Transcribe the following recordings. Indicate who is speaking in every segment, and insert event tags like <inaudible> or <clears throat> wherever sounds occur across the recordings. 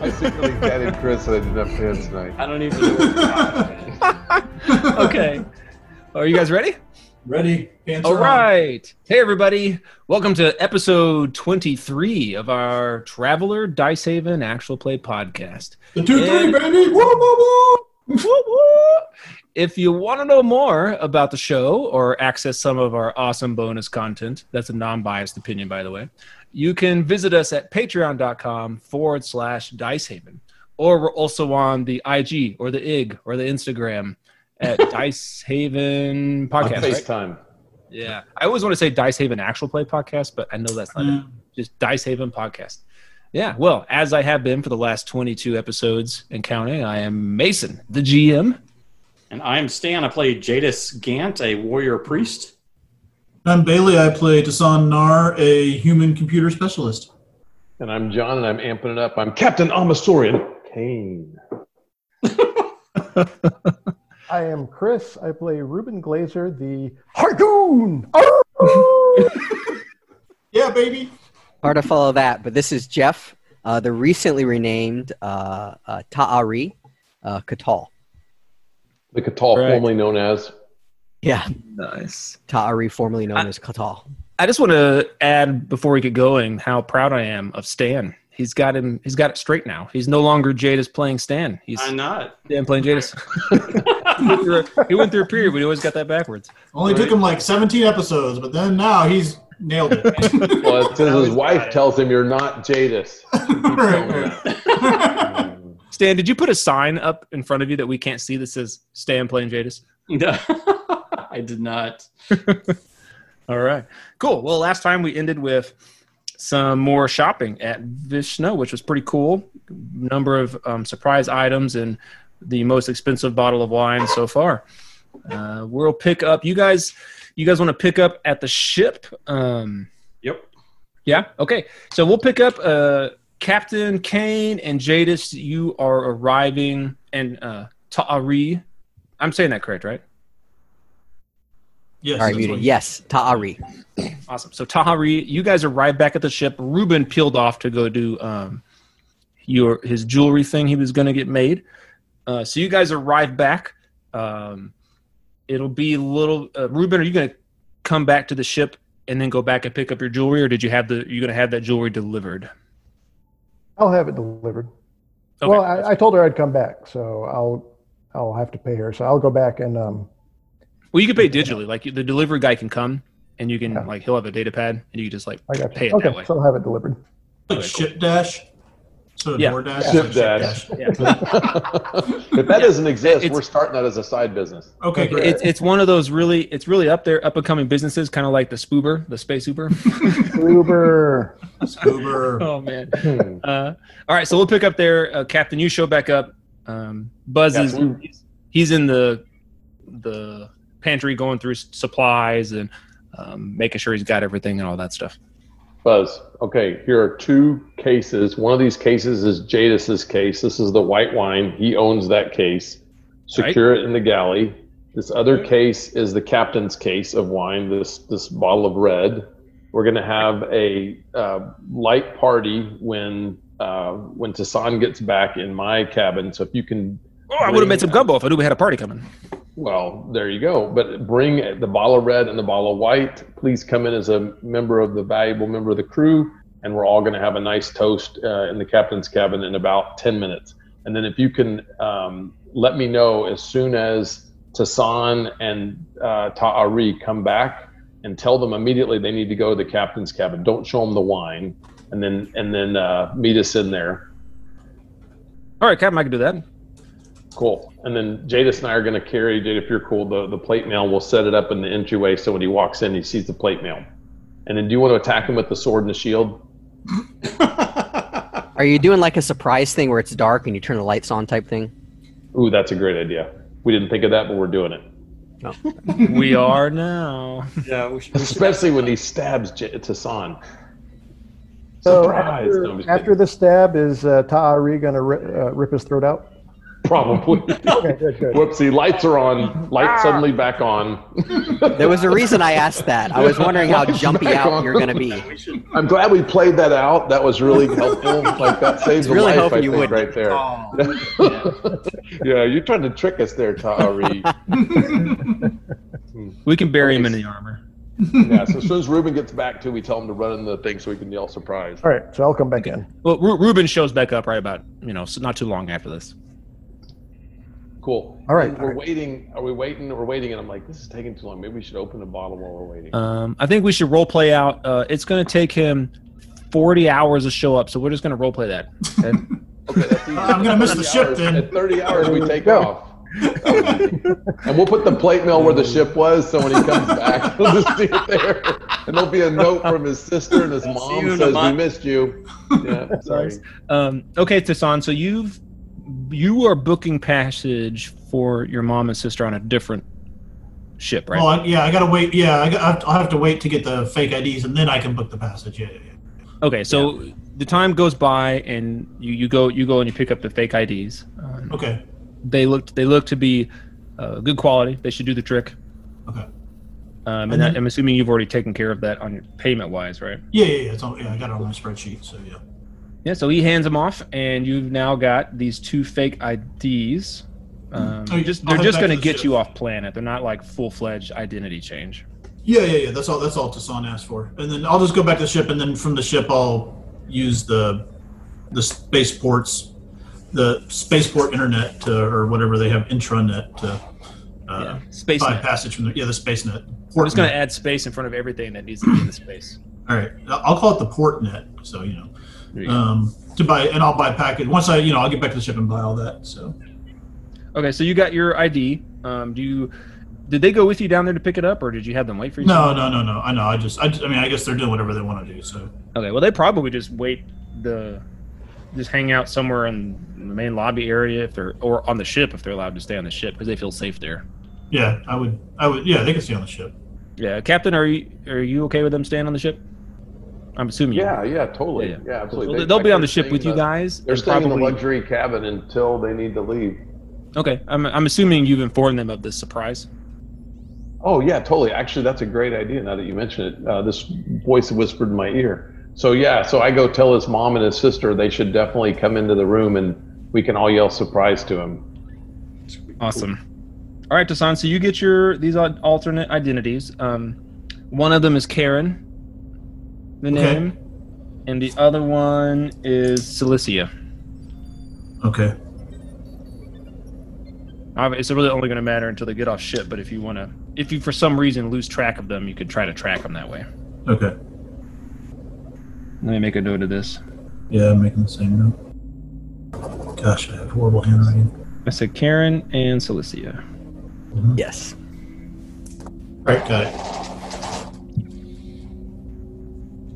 Speaker 1: I secretly doubted Chris that I did not pan tonight.
Speaker 2: I don't even know what to do.
Speaker 3: okay. Are you guys ready?
Speaker 4: <laughs> Ready? Pants
Speaker 3: All
Speaker 4: are on.
Speaker 3: right. Hey, everybody. Welcome to episode 23 of our Traveler Dice Haven Actual Play podcast.
Speaker 4: The two three,
Speaker 3: And-
Speaker 4: baby. Woo, woo, woo.
Speaker 3: Whoop, whoop. if you want to know more about the show or access some of our awesome bonus content, that's a non biased opinion, by the way, you can visit us at patreon.com forward slash dice haven. Or we're also on the IG or the IG or the Instagram <laughs> at dice haven
Speaker 1: On
Speaker 3: podcast. right?
Speaker 1: FaceTime.
Speaker 3: Yeah, I always want to say Dice Haven Actual Play Podcast, but I know that's not
Speaker 4: Mm.
Speaker 3: it. Just Dice Haven Podcast. Yeah, well, as I have been for the last 22 episodes and counting, I am Mason, the GM.
Speaker 2: And I'm Stan. I play Jadis Gant, a warrior priest.
Speaker 4: I'm Bailey. I play Dasan Nar, a human computer specialist.
Speaker 1: And I'm John, and I'm amping it up. I'm Captain Amasorian Kane.
Speaker 5: I am Chris. I play Ruben Glazer, the Hargoon. Arr!
Speaker 4: Yeah, baby.
Speaker 6: Hard to follow that, but this is Jeff, uh, the recently renamed uh, uh, Ta'ari uh, Katal.
Speaker 1: The Catal,
Speaker 3: Right.
Speaker 1: formerly known as.
Speaker 6: Yeah,
Speaker 3: Nice.
Speaker 6: Ta'ari, formerly known
Speaker 3: I-
Speaker 6: as Katal.
Speaker 3: I just want to add before we get going how proud I am of Stan. He's got him. He's got it straight now. He's no longer Jadis playing Stan. He's
Speaker 2: I'm not.
Speaker 3: Stan playing Jadis. <laughs> he, went through a, he went through a period, but he always got that backwards.
Speaker 4: Only took him like 17 episodes, but then now he's nailed
Speaker 3: <laughs>
Speaker 4: it.
Speaker 1: Well, it says
Speaker 2: Now
Speaker 1: his
Speaker 2: he's
Speaker 1: wife
Speaker 2: got it.
Speaker 1: tells him, You're not Jadis.
Speaker 4: Right, right.
Speaker 3: Stan, did you put a sign up in front of you that we can't see that says Stan playing Jadis?
Speaker 2: No. <laughs> I did not.
Speaker 3: All right. Cool. Well, last time we ended with some more shopping at Vishnu, which was pretty cool. Number of um, surprise items and the most expensive bottle of wine so far. Uh, we'll pick up. You guys, you guys want to pick up at the ship? Um,
Speaker 2: Yep.
Speaker 3: yeah. Okay. So we'll pick up uh, Captain Kane and Jadis. You are arriving, and uh, Ta'ari. I'm saying that correct, right?
Speaker 4: Yes.
Speaker 6: All right,
Speaker 4: that's
Speaker 6: muted.
Speaker 4: what-
Speaker 6: Yes, Ta'ari.
Speaker 3: Awesome. So Tahari, you guys arrived back at the ship. Ruben peeled off to go do um, your his jewelry thing he was going to get made. Uh, so you guys arrive back. Um, it'll be a little. Uh, Ruben, are you going to come back to the ship and then go back and pick up your jewelry, or did you have the? Are you going to have that jewelry delivered?
Speaker 5: I'll have it delivered.
Speaker 3: Okay.
Speaker 5: Well, I, I told her I'd come back, so I'll I'll have to pay her. So I'll go back and um.
Speaker 3: well, you can pay digitally. Like the delivery guy can come and you can
Speaker 5: Yeah.
Speaker 3: like he'll have a data pad and you can just like
Speaker 5: I got you.
Speaker 3: Pay it that
Speaker 5: okay,
Speaker 3: way.
Speaker 5: so I'll have it delivered.
Speaker 4: Like Ship Dash. So
Speaker 3: Yeah.
Speaker 4: DoorDash.
Speaker 1: Ship
Speaker 4: Ship
Speaker 1: Dash.
Speaker 4: Dash.
Speaker 1: <laughs> if that doesn't exist,
Speaker 3: It's-
Speaker 1: we're starting that as a side
Speaker 2: <laughs>
Speaker 1: business.
Speaker 4: Okay, great.
Speaker 3: It's it's one of those really it's really up there up and coming businesses kind of like the Spoober the space Uber.
Speaker 5: Uber.
Speaker 4: Uber.
Speaker 3: <laughs> oh man.
Speaker 1: Hmm.
Speaker 3: Uh, all right, so we'll pick up there, uh, Captain. You show back up. Um, Buzz is
Speaker 1: Captain.
Speaker 3: he's, he's in the the pantry going through s- supplies and um, making sure he's got everything and all that stuff.
Speaker 1: Buzz, okay, here are two cases. One of these cases is Jadis's case. This is the white wine. He owns that case. Secure it in the galley. This other case is the captain's case of wine. This this bottle of red. We're gonna have a uh, light party when uh, when Tassan gets back in my cabin. So if you can,
Speaker 3: Oh, I would have made some gumbo if I knew we had a party coming.
Speaker 1: well, there you go. But bring the bottle of red and the bottle of white. Please come in as a member of the valuable member of the crew, and we're all going to have a nice toast uh, in the captain's cabin in about ten minutes. And then if you can um, let me know as soon as Tassan and uh, Ta'ari come back, and tell them immediately they need to go to the captain's cabin. Don't show them the wine, and then and then uh, meet us in there.
Speaker 3: All right, Captain, I can do that.
Speaker 1: Cool. And then Jadis and I are going to carry, Jade, if you're cool, the, the plate mail. We'll set it up in the entryway so when he walks in, he sees the plate mail. And then do you want to attack him with the sword and the shield?
Speaker 6: Are you doing like a surprise thing where it's dark and you turn the lights on type thing?
Speaker 1: Ooh, that's a great idea. We didn't think of that, but we're doing it.
Speaker 3: <laughs> we are now.
Speaker 2: Yeah, we should, we should-
Speaker 1: Especially when he stabs J- Tassan.
Speaker 5: So
Speaker 1: Surprise! No, I'm
Speaker 5: after,
Speaker 1: just
Speaker 5: after the stab, is uh, Ta'ari gonna ri- uh, rip his throat out?
Speaker 1: Probably.
Speaker 5: Okay, good,
Speaker 1: <laughs>
Speaker 5: good.
Speaker 1: Whoopsie, lights are on. Light suddenly back on.
Speaker 6: There was a reason I asked that. I was wondering how
Speaker 1: Lights
Speaker 6: jumpy
Speaker 1: back
Speaker 6: out
Speaker 1: on.
Speaker 6: you're going to be.
Speaker 1: I'm glad we played that out. That was really helpful. Like that saves a life,
Speaker 6: Really hoping
Speaker 1: I
Speaker 6: you
Speaker 1: think,
Speaker 6: wouldn't.
Speaker 1: right there. <laughs> yeah, you're trying to trick us there, Tari.
Speaker 3: We can bury him in the armor.
Speaker 1: yeah. So as soon as Ruben gets back to, we tell him to run in the thing so we can yell surprise.
Speaker 5: All right, so I'll come back in.
Speaker 3: Well, Ru- Ruben shows back up right about you know so not too long after this.
Speaker 1: Cool.
Speaker 5: All right,
Speaker 1: And
Speaker 5: all
Speaker 1: We're
Speaker 5: right.
Speaker 1: waiting. Are we waiting? We're waiting, and I'm like, this is taking too long. Maybe we should open the bottle while we're waiting.
Speaker 3: Um, I think we should role play out. Uh, it's going to take him 40 hours to show up, so we're just going to role play <laughs> that. Okay?
Speaker 1: Okay, that's easy.
Speaker 4: I'm gonna miss the
Speaker 1: 30
Speaker 4: ship
Speaker 1: hours-
Speaker 4: then.
Speaker 1: At 30 hours, we take
Speaker 5: Go.
Speaker 1: off. That would be- and we'll put the plate mill where the ship was, so when he comes back, <laughs> we'll just see it there. And there'll be a note from his sister and his
Speaker 2: I'll see
Speaker 1: mom
Speaker 2: you in a
Speaker 1: says, "We
Speaker 2: month."
Speaker 1: missed you." Yeah, sorry.
Speaker 3: um, okay, Tassan, so you've you are booking passage for your mom and sister on a different ship, right?
Speaker 4: Well, Oh, I, yeah, I gotta wait. Yeah, I got, I'll have to wait to get the fake IDs, and then I can book the passage. Yeah, yeah, yeah.
Speaker 3: okay, so the time goes by, and you, you go you go and you pick up the fake IDs. Uh,
Speaker 4: Okay.
Speaker 3: they looked they look to be uh, good quality. They should do the trick.
Speaker 4: Okay.
Speaker 3: Um,
Speaker 4: And
Speaker 3: and
Speaker 4: then-
Speaker 3: I, I'm assuming you've already taken care of that on your payment wise, right?
Speaker 4: Yeah, yeah, yeah. It's on, yeah, I got it on my spreadsheet. So yeah.
Speaker 3: Yeah. So he hands them off, and you've now got these two fake IDs. Um,
Speaker 4: Oh, you-
Speaker 3: just
Speaker 4: I'll
Speaker 3: they're
Speaker 4: head
Speaker 3: just
Speaker 4: back
Speaker 3: going
Speaker 4: to the
Speaker 3: to get
Speaker 4: ship.
Speaker 3: you off planet. They're not like full fledged identity change.
Speaker 4: Yeah, yeah, yeah. That's all. That's all Tassan asked for. And then I'll just go back to the ship, and then from the ship, I'll use the the spaceports, the spaceport internet to, or whatever they have intranet to uh,
Speaker 3: yeah. Space.
Speaker 4: buy
Speaker 3: net.
Speaker 4: passage from the yeah the spacenet.
Speaker 3: We're just going to add space in front of everything that needs to be in
Speaker 4: <clears throat>
Speaker 3: the space.
Speaker 4: All right, I'll I'll call it the port net. So you know,
Speaker 3: There you go.
Speaker 4: um, to buy and I'll buy package once I you know I'll get back to the ship and buy all that. So
Speaker 3: Okay. So you got your ID. Um, do you? Did they go with you down there to pick it up, or did you have them wait for you?
Speaker 4: no, no, no, no. I know. I just I, just- I mean I guess they're doing whatever they want to do. So
Speaker 3: Okay, well they probably just wait the just hang out somewhere in the main lobby area if they're or on the ship if they're allowed to stay on the ship because they feel safe there.
Speaker 4: yeah, I would I would yeah they can stay on the ship.
Speaker 3: Yeah, Captain, are you are you okay with them staying on the ship? I'm assuming. you are.
Speaker 1: Yeah, yeah, totally.
Speaker 3: Yeah,
Speaker 1: Yeah,
Speaker 3: yeah. So
Speaker 1: absolutely.
Speaker 3: they- they'll
Speaker 1: like,
Speaker 3: be on
Speaker 1: they're
Speaker 3: the ship
Speaker 1: staying
Speaker 3: with you
Speaker 1: in the-
Speaker 3: guys.
Speaker 1: They're
Speaker 3: and
Speaker 1: staying in the
Speaker 3: probably-
Speaker 1: luxury cabin until they need to leave.
Speaker 3: Okay, I'm I'm assuming you've informed them of this surprise.
Speaker 1: Oh yeah, totally. Actually, that's a great idea. Now that you mention it, uh, this voice whispered in my ear. So yeah, so I go tell his mom and his sister they should definitely come into the room and we can all yell surprise to him.
Speaker 3: Awesome. All right, Tassan. So you get your these al- alternate identities. Um, one of them is Karen, the
Speaker 4: Okay.
Speaker 3: name, and the other one is Cilicia.
Speaker 4: Okay.
Speaker 3: Obvi- It's really only going to matter until they get off ship. But if you want to, if you for some reason lose track of them, you could try to track them that way.
Speaker 4: Okay.
Speaker 3: Let me make a note of this.
Speaker 4: Yeah, I'm making the same note. Gosh, I have horrible handwriting.
Speaker 3: I said Karen and Cilicia.
Speaker 6: Yes.
Speaker 4: All right, got it.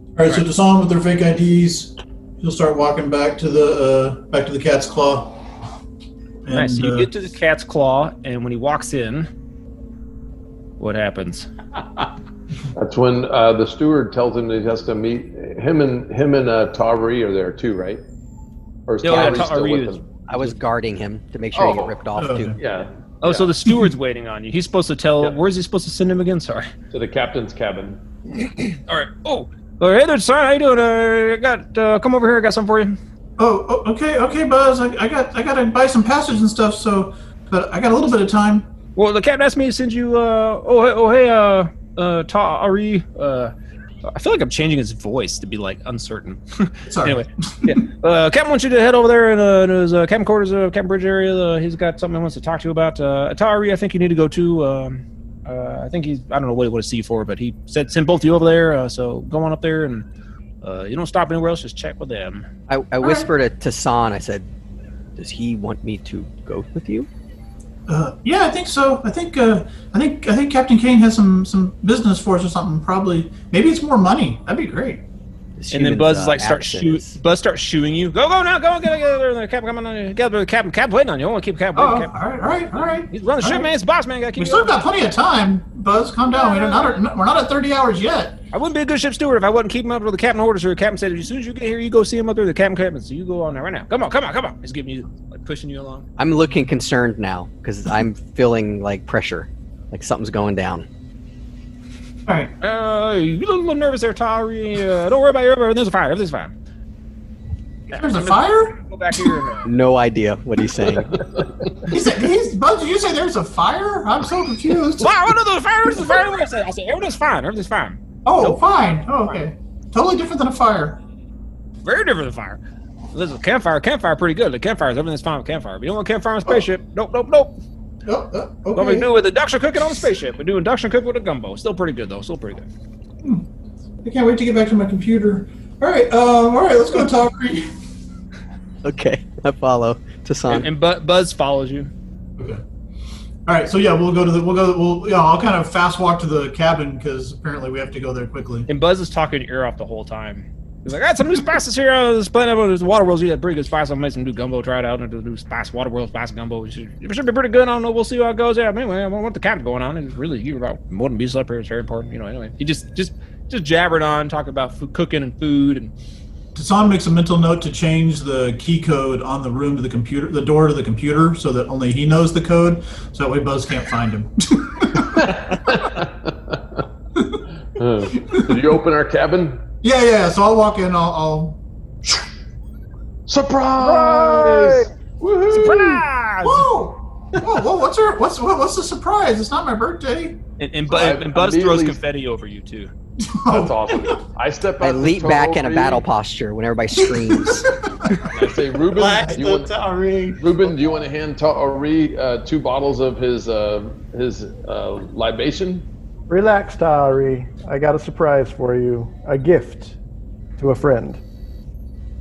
Speaker 4: All right, so Dasan with their fake IDs, he'll start walking back to the uh, back to the cat's claw. And,
Speaker 3: nice. So you
Speaker 4: uh,
Speaker 3: get to the cat's claw, and when he walks in, what happens?
Speaker 1: That's when uh, the steward tells him that he has to meet him and him and uh, Tari are there too, right? Or is
Speaker 3: Yeah, yeah,
Speaker 1: Tari still
Speaker 3: Tari
Speaker 1: with
Speaker 3: is-
Speaker 1: him?
Speaker 6: I was guarding him to make sure he
Speaker 1: Oh.
Speaker 6: get ripped off
Speaker 4: Oh,
Speaker 6: too.
Speaker 1: Yeah,
Speaker 3: Oh, so the steward's <laughs> waiting on you. He's supposed to tell.
Speaker 1: Yeah.
Speaker 3: Where's he supposed to send him again? Sorry.
Speaker 1: to the captain's cabin. <laughs>
Speaker 3: All right. Oh, uh, hey there, son. How you doing? Uh, I got uh, come over here. I got something for you.
Speaker 4: Oh, oh, okay, okay, Buzz. I, I got I got to buy some passage and stuff. So, but I got a little bit of time.
Speaker 3: Well, the captain asked me to send you. Uh, oh, hey, oh, hey, uh, uh, Tari. Uh, I feel like I'm changing his voice to be like uncertain. <laughs>
Speaker 4: Sorry.
Speaker 3: anyway, yeah. Uh, captain wants you to head over there in, uh, in his uh, captain quarters, uh, captain bridge area. Uh, he's got something he wants to talk to you about. Uh, Tari, I think you need to go to. Um, uh, I think he's. I don't know what he wants to see you for, but he said send both of you over there. Uh, so go on up there and. Uh, you don't stop anywhere else. Just check with them.
Speaker 6: I, I whispered to Tassan, I said, Does he want me to go with you?
Speaker 4: Uh, yeah, I think so. I think uh, I think I think Captain Kane has some some business for us or something. Probably maybe it's more money. That'd be great.
Speaker 6: This
Speaker 3: and then
Speaker 6: human's,
Speaker 3: Buzz
Speaker 6: uh,
Speaker 3: is like start
Speaker 6: action
Speaker 3: shoot.
Speaker 6: is-
Speaker 3: Buzz starts shooing you. Go go now. Go get get over there. Cap, come on. uh, Get over there. Cap, cap waiting on you. I want to keep cap.
Speaker 4: Oh, all
Speaker 3: waiting. Cap-
Speaker 4: right, all right, all right.
Speaker 3: He's running
Speaker 4: All
Speaker 3: shit,
Speaker 4: right.
Speaker 3: man. It's boss man. Gotta
Speaker 4: We
Speaker 3: keep it
Speaker 4: still
Speaker 3: up.
Speaker 4: got plenty of time, Buzz. Calm down. We're not at, we're not at thirty hours yet.
Speaker 3: I wouldn't be a good ship steward if I wasn't keeping up with the captain orders. Or the captain said, as soon as you get here, you go see him up there. The captain, captain, so you go on there right now. Come on, come on, come on. He's giving you like pushing you along.
Speaker 6: I'm looking concerned now because I'm feeling like pressure, like something's going down.
Speaker 4: All right.
Speaker 3: Uh, you look a little nervous there, Tari. Uh, don't worry about it. Everything's fine. Everything's fine.
Speaker 4: There's a fire?
Speaker 3: Go back here. and, uh, <laughs>
Speaker 6: No idea what he's saying.
Speaker 4: He's, he's, Bud, did you say there's a fire? I'm so confused.
Speaker 3: wow, I know the fire. There's a fire. everywhere." I said, I said, everything's fine. Everything's fine.
Speaker 4: Oh, fine. Oh, okay. Totally different than a fire.
Speaker 3: Very different than fire. Listen, campfire, campfire, pretty good. The campfires, everything's fine with campfire. We don't want campfire on spaceship. Nope, nope, nope.
Speaker 4: Oh, oh,
Speaker 3: What
Speaker 4: okay.
Speaker 3: we do with induction cooking on the spaceship. We do induction cooking with a gumbo. Still pretty good though. Still pretty good.
Speaker 4: I can't wait to get back to my computer. All right. Um, all right. Let's go, Tari.
Speaker 6: okay, I follow
Speaker 3: And,
Speaker 6: Tassan.
Speaker 3: and Bu- Buzz follows you.
Speaker 4: Okay. All right. So yeah, we'll go to the. We'll go. We'll. Yeah, I'll kind of fast walk to the cabin because apparently we have to go there quickly.
Speaker 3: And Buzz is talking your ear off the whole time. He's like, I got some new spices here on this planet. Oh, There's water worlds. You had pretty good spice. I made some new gumbo. Try it out. And the new spice, water world spice gumbo. It should, it should be pretty good. I don't know. We'll see how it goes. Yeah, but anyway, I want what the camp going on. It's really you about more than bees up here. It's very important. You know, anyway. He just, just, just jabbered on, talking about food, cooking and food. And
Speaker 4: Tassan makes a mental note to change the key code on the room to the computer, the door to the computer, so that only he knows the code. So that way Buzz can't find him. <laughs>
Speaker 1: Uh, Did you open our cabin?
Speaker 4: yeah, yeah. So I'll walk in. I'll. I'll
Speaker 1: Surprise! Woohoo!
Speaker 3: surprise!
Speaker 4: whoa! Whoa! Whoa! What's her? What's what, what's the surprise? It's not my birthday.
Speaker 3: And, and, Bu-
Speaker 1: I
Speaker 3: and Buzz throws
Speaker 1: immediately-
Speaker 3: confetti over you too.
Speaker 4: <laughs>
Speaker 1: That's
Speaker 4: Oh,
Speaker 1: awesome. I step out.
Speaker 6: I
Speaker 1: to
Speaker 6: leap back in a
Speaker 1: Tari,
Speaker 6: battle posture when everybody screams.
Speaker 1: and I say, Ruben, do you want,
Speaker 2: Tari.
Speaker 1: Ruben, do you want to hand Ta'ari uh, two bottles of his uh, his uh, libation?
Speaker 5: Relax, Tari. I got a surprise for you. A gift to a friend.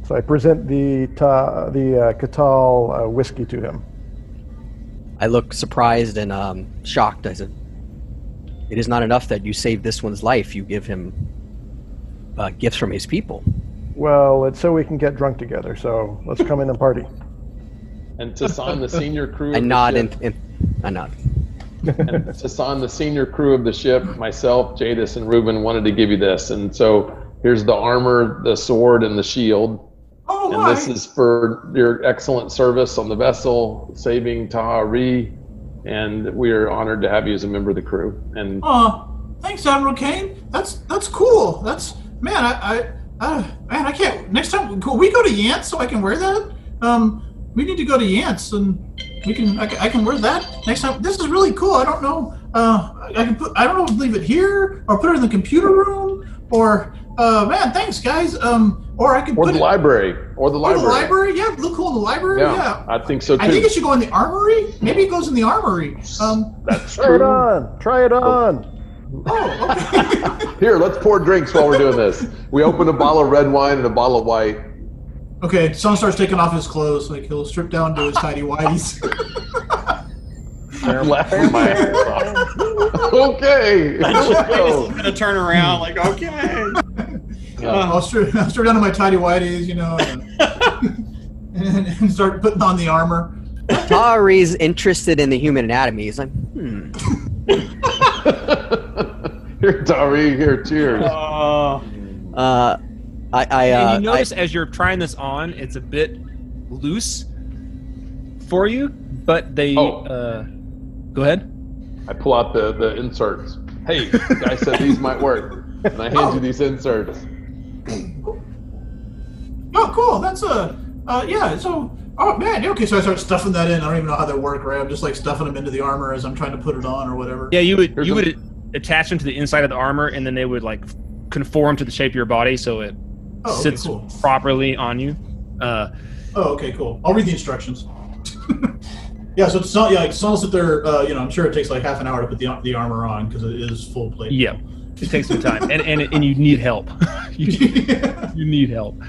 Speaker 5: So I present the ta- the uh, Catal uh, whiskey to him.
Speaker 6: I look surprised and um, shocked. I said, "It is not enough that you save this one's life. You give him uh, gifts from his people."
Speaker 5: Well, it's so we can get drunk together. So let's come in and party.
Speaker 1: And Tassan, the senior crew.
Speaker 6: <laughs>
Speaker 1: of
Speaker 6: I
Speaker 1: the
Speaker 6: nod
Speaker 1: ship-
Speaker 6: and, and I nod.
Speaker 1: and
Speaker 6: <laughs>
Speaker 1: Sasan, the senior crew of the ship, myself, Jadis, and Ruben wanted to give you this. And so here's the armor, the sword, and the shield.
Speaker 4: Oh
Speaker 1: And
Speaker 4: my!
Speaker 1: this is for your excellent service on the vessel, saving Tahari. And we are honored to have you as a member of the crew. And
Speaker 4: Aw, Uh, thanks, Admiral Kane. That's that's cool. That's man, I, I uh, man, I can't. Next time, could we go to Yance so I can wear that? Um, we need to go to Yance and we can. I, can- I can wear that next time. This is really cool. I don't know. Uh, I can put. I don't know. if Leave it here or put it in the computer room or. Uh, man, thanks, guys. Um, or I can
Speaker 1: or
Speaker 4: put
Speaker 1: the
Speaker 4: it
Speaker 1: library, or the
Speaker 4: or Oh, the
Speaker 1: library.
Speaker 4: library. Yeah, look cool in the library.
Speaker 1: Yeah,
Speaker 4: yeah.
Speaker 1: I think so too.
Speaker 4: I think it should go in the armory. Maybe it goes in the armory. Um,
Speaker 1: That's
Speaker 5: Try it
Speaker 1: true.
Speaker 5: on. Try it on.
Speaker 4: oh, okay.
Speaker 1: Here, let's pour drinks while we're doing this. We open a bottle of red wine and a bottle of white.
Speaker 4: Okay, Son starts taking off his clothes. Like he'll strip down to his tidy whities.
Speaker 1: I'm laughing my ass off. okay. let's go.
Speaker 2: I'm gonna turn around like, okay.
Speaker 1: Yeah.
Speaker 4: I'll, strip, I'll strip down to my tidy whities, you know, and, and, <laughs> and start putting on the armor.
Speaker 6: Tari's interested in the human anatomy. He's like, "Hmm."
Speaker 1: <laughs> here, Tari, here, cheers.
Speaker 2: Uh,
Speaker 6: Uh, I, I, uh,
Speaker 3: and you
Speaker 6: I-
Speaker 3: notice as you're trying this on, it's a bit loose for you, but they.
Speaker 1: Oh.
Speaker 3: Uh, go ahead.
Speaker 1: I pull out the, the inserts. Hey, the guy said these might work. And I hand you these inserts.
Speaker 4: Oh, cool. That's a uh, yeah. So oh man, okay. So I start stuffing that in. I don't even know how they work. Right, I'm just like stuffing them into the armor as I'm trying to put it on or whatever.
Speaker 3: Yeah, you would
Speaker 1: Here's
Speaker 3: you
Speaker 1: a-
Speaker 3: would attach them to the inside of the armor, and then they would like conform to the shape of your body, so it
Speaker 4: Oh, okay,
Speaker 3: sits
Speaker 4: cool.
Speaker 3: properly on you. Uh,
Speaker 4: Oh, okay, cool. I'll read the instructions. <laughs> yeah, so it's not yeah. Like, so I'll sit there. Uh, you know, I'm sure it takes like half an hour to put the the armor on because it is full plate.
Speaker 3: yeah, it takes some time, and and and you need help. <laughs> you, you need help.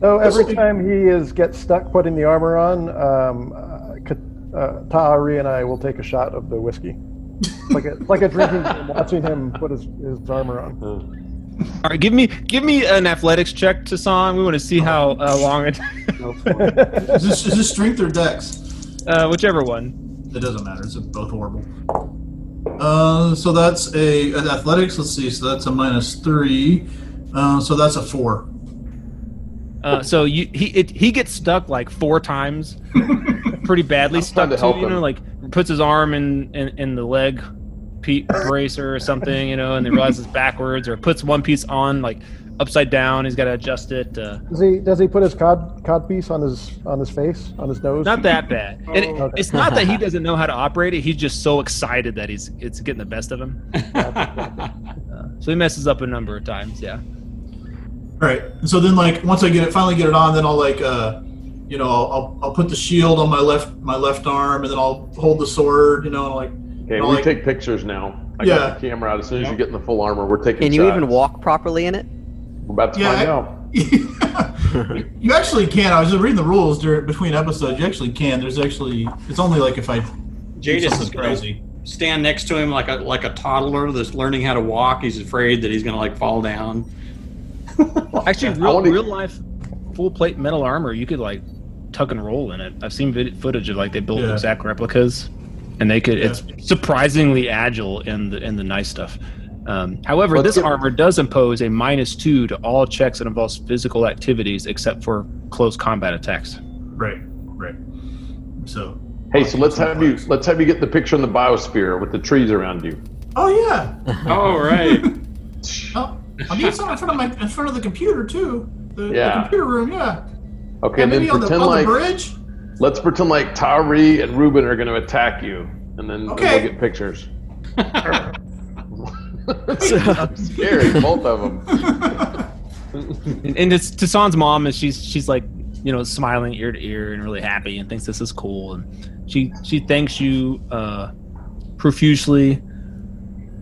Speaker 5: So
Speaker 4: This
Speaker 5: every
Speaker 4: will be-
Speaker 5: time he is gets stuck putting the armor on, um, uh, Ca- uh, Ta'ari and I will take a shot of the whiskey. It's like a it's like a drinking game, watching him put his, his armor on.
Speaker 3: All right, give me give me an athletics check to song. We want to see how uh, long it,
Speaker 4: <laughs>
Speaker 3: <laughs>
Speaker 4: is this is this strength or dex?
Speaker 3: uh, whichever one.
Speaker 4: It doesn't matter. It's both horrible. Uh, so that's a an athletics. Let's see. So that's a minus three. Uh, so that's a four.
Speaker 3: Uh, so you he it, he gets stuck like
Speaker 1: <laughs>
Speaker 3: four times, pretty badly
Speaker 1: trying
Speaker 3: stuck.
Speaker 1: to
Speaker 3: too,
Speaker 1: help
Speaker 3: you know,
Speaker 1: him.
Speaker 3: like puts his arm in in, in the leg pe- bracer or something,
Speaker 1: <laughs>
Speaker 3: you know, and they realize it's backwards, or puts one piece on like upside down. He's got to adjust it. Uh,
Speaker 5: Does he does he put his cod cod piece on his on his face on his nose?
Speaker 3: not that bad. And it-
Speaker 1: Oh.
Speaker 5: Okay.
Speaker 3: It's
Speaker 1: <laughs>
Speaker 3: not that he doesn't know how to operate it. He's just so excited that he's it's getting the best of
Speaker 1: <laughs>
Speaker 3: him. Uh, So he messes up a number of times. Yeah.
Speaker 4: All right. And so then, like, once I get it, finally get it on, then I'll like, uh, you know, I'll, I'll put the shield on my left my left arm, and then I'll hold the sword, you know, and like,
Speaker 1: Okay,
Speaker 4: No,
Speaker 1: we
Speaker 4: like-
Speaker 1: take pictures now. I got the camera out. As soon as you get in the full armor, we're taking
Speaker 6: Can
Speaker 1: shots.
Speaker 6: you even walk properly in it?
Speaker 1: We're about to
Speaker 4: Yeah,
Speaker 1: find
Speaker 4: I-
Speaker 1: out.
Speaker 4: <laughs> you actually can. I was just reading the rules during between episodes. You actually can. There's actually, it's only like if I do
Speaker 2: Jadis is
Speaker 4: something
Speaker 2: crazy.
Speaker 4: crazy.
Speaker 2: Stand next to him like a like a toddler that's learning how to walk. He's afraid that he's gonna like fall down.
Speaker 3: Actually,
Speaker 1: I
Speaker 3: real,
Speaker 1: wanna-
Speaker 3: real life full plate metal armor, you could like tuck and roll in it. I've seen vid- footage of like they built
Speaker 4: Yeah.
Speaker 3: exact replicas, and they could.
Speaker 4: Yeah.
Speaker 3: It's surprisingly agile in the in the nice stuff. Um, however,
Speaker 1: Let's
Speaker 3: this
Speaker 1: get-
Speaker 3: armor does impose a minus two to all checks that involves physical activities, except for close combat attacks.
Speaker 4: Right. Right. So.
Speaker 1: Hey, so let's have you let's have you get the picture in the biosphere with the trees around you.
Speaker 4: Oh yeah.
Speaker 2: <laughs> All right.
Speaker 4: Oh, I need some in front of my in front of the computer too. The, the
Speaker 1: Yeah.
Speaker 4: computer room. Yeah.
Speaker 1: Okay, and then
Speaker 4: maybe on
Speaker 1: pretend
Speaker 4: the, on
Speaker 1: like
Speaker 4: the bridge. <laughs>
Speaker 1: let's pretend like Tyree and Ruben are going to attack you, and then
Speaker 4: Okay.
Speaker 1: we'll get
Speaker 4: <laughs>
Speaker 1: pictures. <laughs> I'm scary, both of them.
Speaker 3: And, and it's Tassan's mom is she's she's like you know smiling ear to ear and really happy and thinks this is cool and she she thanks you uh, profusely.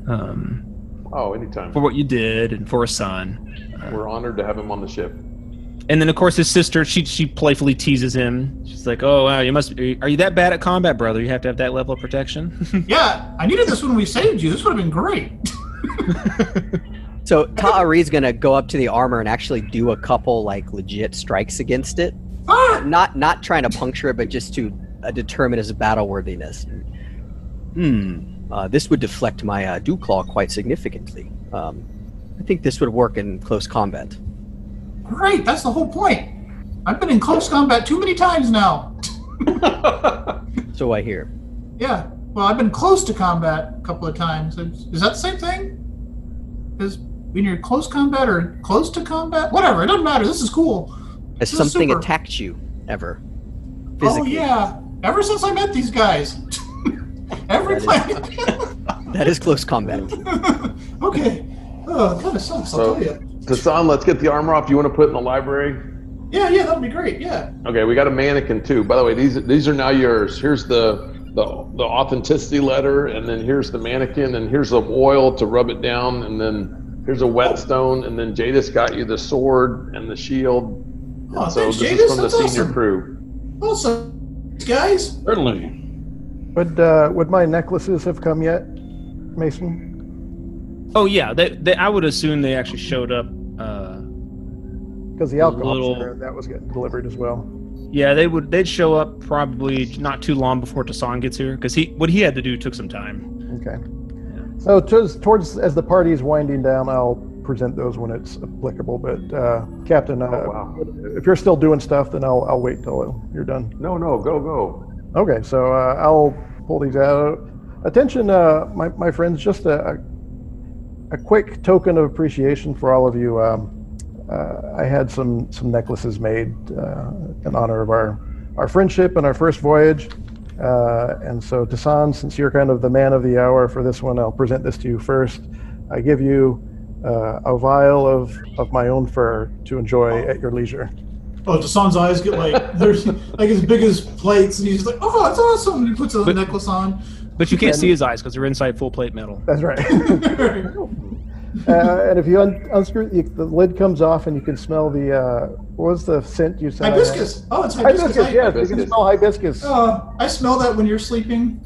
Speaker 3: Um,
Speaker 1: Oh, anytime.
Speaker 3: for what you did and for a son.
Speaker 1: We're honored to have him on the ship.
Speaker 3: And then of course his sister, she she playfully teases him. She's like, "Oh wow, you must are you, are you that bad at combat, brother? You have to have that level of protection." <laughs>
Speaker 4: Yeah, I needed this when we saved you. This would have been great.
Speaker 6: So Ta'ari's gonna go up to the armor and actually do a couple like legit strikes against it.
Speaker 4: Ah!
Speaker 6: Not not trying to puncture it, but just to uh, determine its battle worthiness. Hmm. Uh, this would deflect my uh, dew claw quite significantly. Um, I think this would work in close combat.
Speaker 4: Great, that's the whole point. I've been in close combat too many times now.
Speaker 6: So I hear.
Speaker 4: Yeah, well, I've been close to combat a couple of times. Is is that the same thing? Is when you're close combat or close to combat? Whatever, it doesn't matter. This is cool. Oh,
Speaker 6: Has
Speaker 4: This is
Speaker 6: something
Speaker 4: super.
Speaker 6: attacked you ever? Physically.
Speaker 4: Oh yeah. Ever since I met these guys, <laughs> every
Speaker 6: That
Speaker 4: planet.
Speaker 6: That is close combat.
Speaker 4: <laughs> okay. Oh, kind of sucks.
Speaker 1: So,
Speaker 4: I'll tell you.
Speaker 1: Tassan, let's get the armor off. You want to put it in the library?
Speaker 4: Yeah, yeah, that'd be great. Yeah.
Speaker 1: Okay, we got a mannequin too. By the way, these these are now yours. Here's the the, the authenticity letter, and then here's the mannequin, and here's the oil to rub it down, and then here's a whetstone, and then Jadis got you the sword and the shield.
Speaker 4: Oh,
Speaker 1: So
Speaker 4: thanks,
Speaker 1: this
Speaker 4: Jadis.
Speaker 1: is from the
Speaker 4: That's
Speaker 1: senior
Speaker 4: awesome.
Speaker 1: crew.
Speaker 4: Also, guys.
Speaker 2: Certainly.
Speaker 5: Would uh, would my necklaces have come yet, Mason?
Speaker 3: oh yeah, they, they, I would assume they actually showed up. Uh,
Speaker 5: Because the alcohol
Speaker 3: Little-
Speaker 5: there, that was getting delivered as well.
Speaker 3: yeah, they would they'd show up probably not too long before Tassan gets here because he what he had to do took some time.
Speaker 5: Okay. So towards, towards as the party is winding down, I'll present those when it's applicable. But uh, Captain, uh,
Speaker 1: wow.
Speaker 5: if you're still doing stuff, then I'll I'll wait till you're done.
Speaker 1: No, no, go go.
Speaker 5: Okay, so uh, I'll pull these out. Attention, uh, my, my friends, just a, a, a quick token of appreciation for all of you. Um, uh, I had some, some necklaces made uh, in honor of our, our friendship and our first voyage. Uh, and so, Tassan, since you're kind of the man of the hour for this one, I'll present this to you first. I give you uh, a vial of, of my own fur to enjoy at your leisure.
Speaker 4: Oh, Dassan's eyes get like they're like as big as plates, and he's like, "Oh, that's awesome!" And he puts a
Speaker 3: But-
Speaker 4: necklace on. <laughs>
Speaker 3: But you can't see his eyes because they're inside full plate metal.
Speaker 5: That's right. <laughs> uh, and if you un- unscrew you, the lid comes off and you can smell the uh, what was the scent you said? I had?
Speaker 4: hibiscus. Oh, it's hibiscus.
Speaker 5: Hibiscus,
Speaker 4: I,
Speaker 5: yes, you can
Speaker 1: Hibiscus.
Speaker 5: smell hibiscus.
Speaker 7: Oh,
Speaker 4: uh, I smell that when you're sleeping.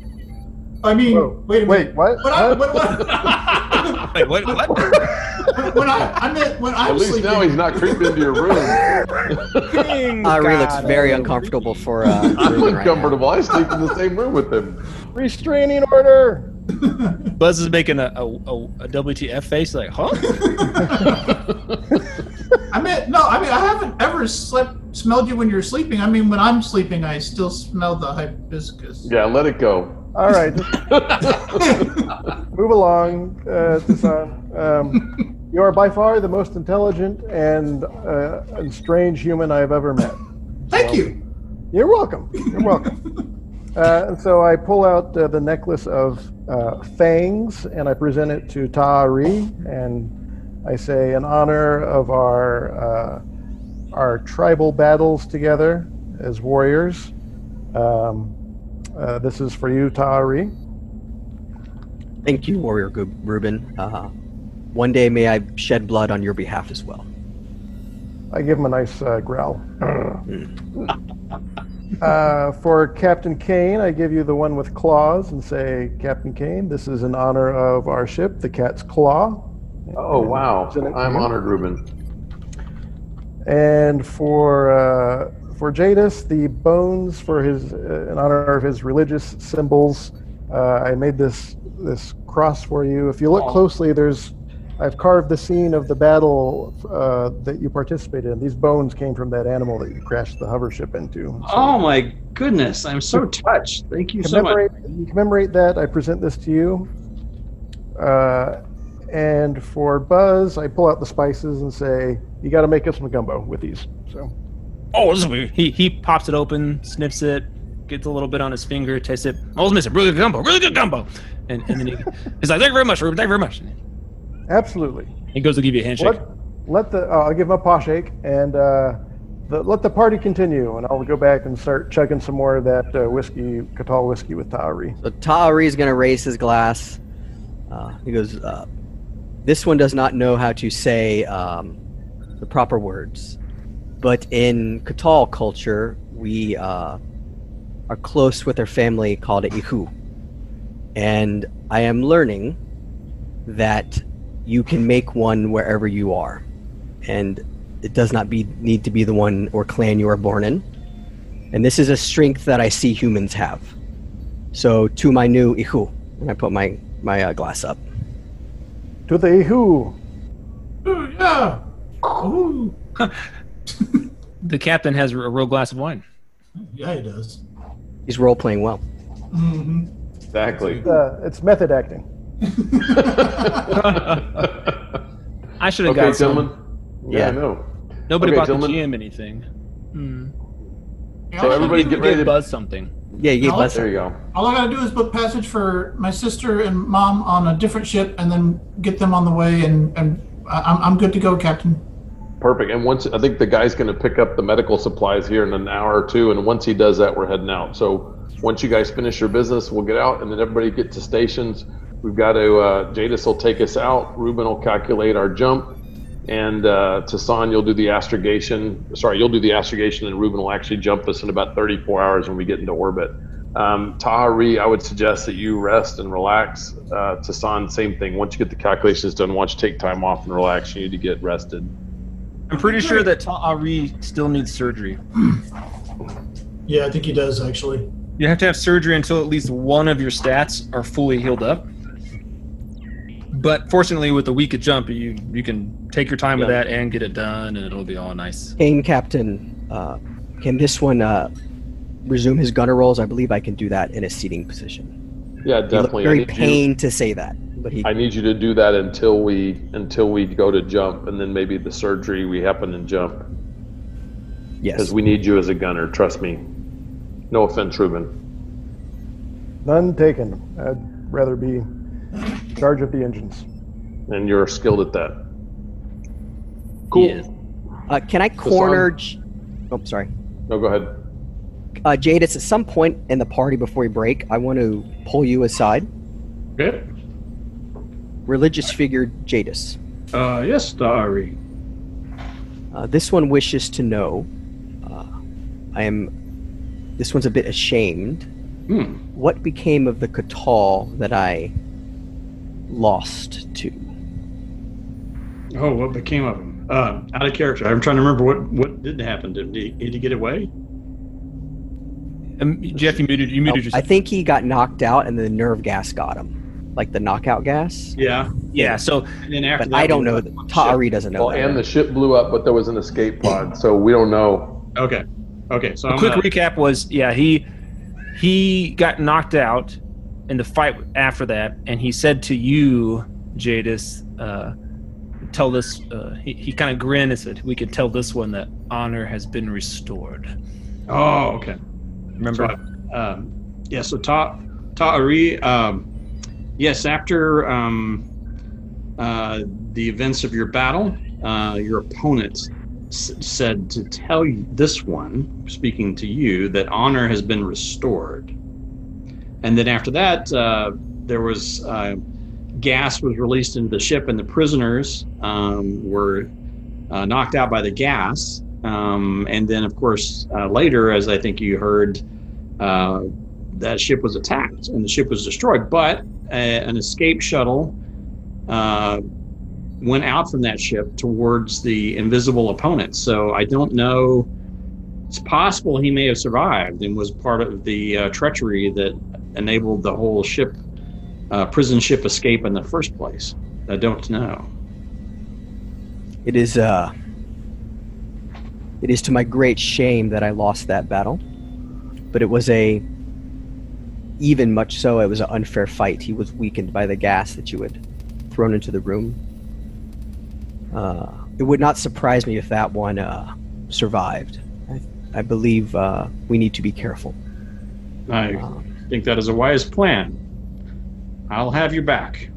Speaker 4: I mean,
Speaker 5: Whoa.
Speaker 4: wait a
Speaker 5: Wait,
Speaker 4: minute.
Speaker 5: what?
Speaker 4: When I
Speaker 5: Huh?
Speaker 4: when, when,
Speaker 3: Wait, what? what?
Speaker 4: <laughs> when I I meant when I'm
Speaker 1: At least
Speaker 4: sleeping.
Speaker 1: now he's not creeped into your
Speaker 4: <laughs>
Speaker 1: room.
Speaker 6: Ari looks very uncomfortable for uh,
Speaker 1: I'm
Speaker 6: Ruben right now.
Speaker 1: uncomfortable. I sleep in the same room with him.
Speaker 5: Restraining order.
Speaker 3: Buzz is making a, a, a, a WTF face like, huh?
Speaker 4: I meant no. I mean, I haven't ever slept smelled you when you're sleeping. I mean, when I'm sleeping, I still smell the hibiscus.
Speaker 1: Yeah, let it go.
Speaker 5: All right, just move along, uh, Tassan. Um, you are by far the most intelligent and, uh, and strange human I have ever met.
Speaker 4: Thank you.
Speaker 5: You're welcome. You're welcome. Uh, and so I pull out uh, the necklace of uh, fangs and I present it to Tari, and I say, in honor of our uh, our tribal battles together as warriors, um, uh, this is for you, Tari.
Speaker 6: Thank you, Warrior Gu- Reuben. Uh, one day may I shed blood on your behalf as well.
Speaker 5: I give him a nice uh, growl. uh, for Captain Kane, I give you the one with claws and say, Captain Kane, this is in honor of our ship, the Cat's Claw.
Speaker 1: Oh wow,
Speaker 5: Isn't it-
Speaker 1: I'm honored, Ruben.
Speaker 5: And for uh, for Jadis, the bones for his uh, in honor of his religious symbols, uh, I made this this cross for you. If you look closely, there's I've carved the scene of the battle uh, that you participated in. These bones came from that animal that you crashed the hover ship into.
Speaker 2: Oh my goodness, I'm so touched. Thank you so much.
Speaker 5: commemorate, you commemorate that. I present this to you. Uh, and for Buzz, I pull out the spices and say, "You got to make us some gumbo with these." So.
Speaker 3: Oh, this is weird. He he pops it open, sniffs it, gets a little bit on his finger, tastes it. Oh, it's missing really good gumbo, really good gumbo. And and <laughs> then he, he's like, "Thank you very much, Ruben. Thank you very much." And
Speaker 5: Absolutely.
Speaker 3: he goes to give you a handshake.
Speaker 5: Let, let the oh, I'll give him a paw shake and uh, the, let the party continue, and I'll go back and start chugging some more of that uh, whiskey, Catal whiskey with Tauri.
Speaker 6: So Taori is going to raise his glass. Uh, he goes, uh, This one does not know how to say um, the proper words. But in Katal culture, we uh, are close with our family called Ihu. And I am learning that you can make one wherever you are. And it does not be, need to be the one or clan you are born in. And this is a strength that I see humans have. So to my new ihu, and I put my my uh, glass up.
Speaker 5: To the Ihu.
Speaker 4: Ooh, yeah. Ooh.
Speaker 3: The captain has a real glass of wine.
Speaker 4: Yeah, he does.
Speaker 6: He's role playing well.
Speaker 4: hmm
Speaker 5: <laughs>
Speaker 1: Exactly. <laughs>
Speaker 5: Uh, it's method acting.
Speaker 1: okay,
Speaker 3: I should have got
Speaker 1: gentlemen.
Speaker 3: some.
Speaker 1: Yeah,
Speaker 6: Yeah.
Speaker 1: I know.
Speaker 3: Nobody
Speaker 1: Okay,
Speaker 3: bought the
Speaker 1: gentlemen.
Speaker 3: GM anything.
Speaker 1: So everybody get ready
Speaker 3: Give
Speaker 1: to.
Speaker 3: Buzz something.
Speaker 6: Yeah, you
Speaker 4: No,
Speaker 6: gave us.
Speaker 1: There you go.
Speaker 4: All I gotta do is book passage for my sister and mom on a different ship, and then get them on the way, and and I- I'm I'm good to go, Captain.
Speaker 1: Perfect. And once I think the guy's going to pick up the medical supplies here in an hour or two, and once he does that, we're heading out. So once you guys finish your business, we'll get out, and then everybody get to stations. We've got to. Uh, Jadis will take us out. Ruben will calculate our jump, and uh, Tassan, you'll do the astrogation. Sorry, you'll do the astrogation, and Ruben will actually jump us in about 34 hours when we get into orbit. Um, Tahari, I would suggest that you rest and relax. Uh, Tassan, same thing. Once you get the calculations done, why don't you take time off and relax? You need to get rested.
Speaker 3: I'm pretty sure that Ta'ari still needs surgery.
Speaker 4: <clears throat> Yeah, I think he does actually.
Speaker 3: You have to have surgery until at least one of your stats are fully healed up. But fortunately, with the week of jump, you you can take your time with
Speaker 1: Yeah.
Speaker 3: that and get it done, and it'll be all nice.
Speaker 6: Kane captain, uh, can this one uh, resume his gunner rolls? I believe I can do that in a seating position.
Speaker 1: Yeah,
Speaker 6: He looked
Speaker 1: definitely. I
Speaker 6: Very
Speaker 1: need you-
Speaker 6: pained to say that, but he.
Speaker 1: I need you to do that until we until we go to jump, and then maybe the surgery we happen to jump
Speaker 6: yes.
Speaker 1: because we need you as a gunner. Trust me. No offense, Ruben.
Speaker 5: None taken. I'd rather be in charge of the engines.
Speaker 1: And you're skilled at that. Cool.
Speaker 6: Uh, can I corner? J- oh, sorry.
Speaker 1: No, go ahead.
Speaker 6: Uh, Jadis, at some point in the party before we break, I want to pull you aside.
Speaker 2: Okay.
Speaker 6: Religious figure Jadis.
Speaker 2: Uh, yes, Dari.
Speaker 6: Uh, this one wishes to know. Uh, I am. This one's a bit ashamed.
Speaker 2: Hmm.
Speaker 6: What became of the Katal that I lost to?
Speaker 2: Oh, what became of him? Uh, out of character. I'm trying to remember what what did happen. Did he, did he get away?
Speaker 3: Um, Jeff, you muted you muted
Speaker 6: I
Speaker 3: yourself.
Speaker 6: think he got knocked out and the nerve gas got him. like the knockout gas.
Speaker 2: Yeah.
Speaker 3: Yeah, so
Speaker 2: And then after
Speaker 6: But
Speaker 2: that,
Speaker 6: I don't
Speaker 2: we-
Speaker 6: know. Ta'ari doesn't know.
Speaker 1: Well,
Speaker 6: that.
Speaker 1: and the ship blew up, but there was an escape pod, so we don't know.
Speaker 2: Okay. Okay. So
Speaker 3: a
Speaker 2: I'm
Speaker 3: quick
Speaker 2: not-
Speaker 3: recap was yeah he he got knocked out in the fight after that and he said to you jadis uh, tell this uh, he, he kind of grinned and said we could tell this one that honor has been restored
Speaker 2: Oh, okay.
Speaker 3: remember
Speaker 2: So, um, yeah, so Ta Ta'ari, um, yes, after um, uh, the events of your battle, uh, your opponent s- said to tell you, this one, speaking to you, that honor has been restored. And then after that, uh, there was uh, gas was released into the ship, and the prisoners um, were uh, knocked out by the gas. Um, and then, of course, uh, later, as I think you heard, uh, that ship was attacked and the ship was destroyed. But a, an escape shuttle uh, went out from that ship towards the invisible opponent. So I don't know. It's possible he may have survived and was part of the uh, treachery that enabled the whole ship, uh, prison ship escape in the first place. I don't know.
Speaker 6: It is uh it is to my great shame that I lost that battle. But it was a even much so it was an unfair fight. He was weakened by the gas that you had thrown into the room. Uh, it would not surprise me if that one uh, survived. I, I believe uh, we need to be careful.
Speaker 2: I
Speaker 6: Um,
Speaker 2: think that is a wise plan. I'll have your back.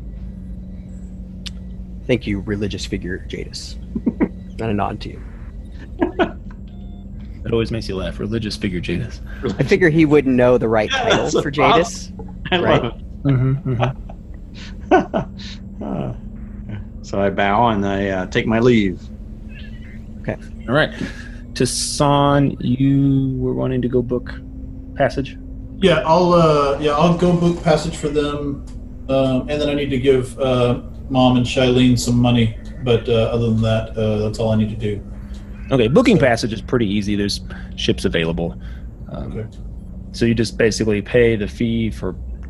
Speaker 2: <laughs>
Speaker 6: thank you, religious figure Jadis. and a nod to you.
Speaker 3: it always makes you laugh religious figure jadis
Speaker 6: I figure he wouldn't know the right
Speaker 2: Yeah,
Speaker 6: title
Speaker 2: that's a
Speaker 6: for
Speaker 2: problem.
Speaker 6: Jadis.
Speaker 2: I
Speaker 6: Right.
Speaker 2: love
Speaker 3: Mm-hmm,
Speaker 2: it.
Speaker 3: mm-hmm.
Speaker 2: <laughs> so I bow and I uh, take my leave.
Speaker 3: all right Tassan, you were wanting to go book passage
Speaker 4: Yeah, I'll uh, yeah, I'll go book passage for them, um, and then I need to give uh, mom and Shailene some money. But uh, other than that, uh, that's all I need to do.
Speaker 3: okay booking passage is pretty easy there's ships available um,
Speaker 4: Okay.
Speaker 3: so you just basically pay the fee for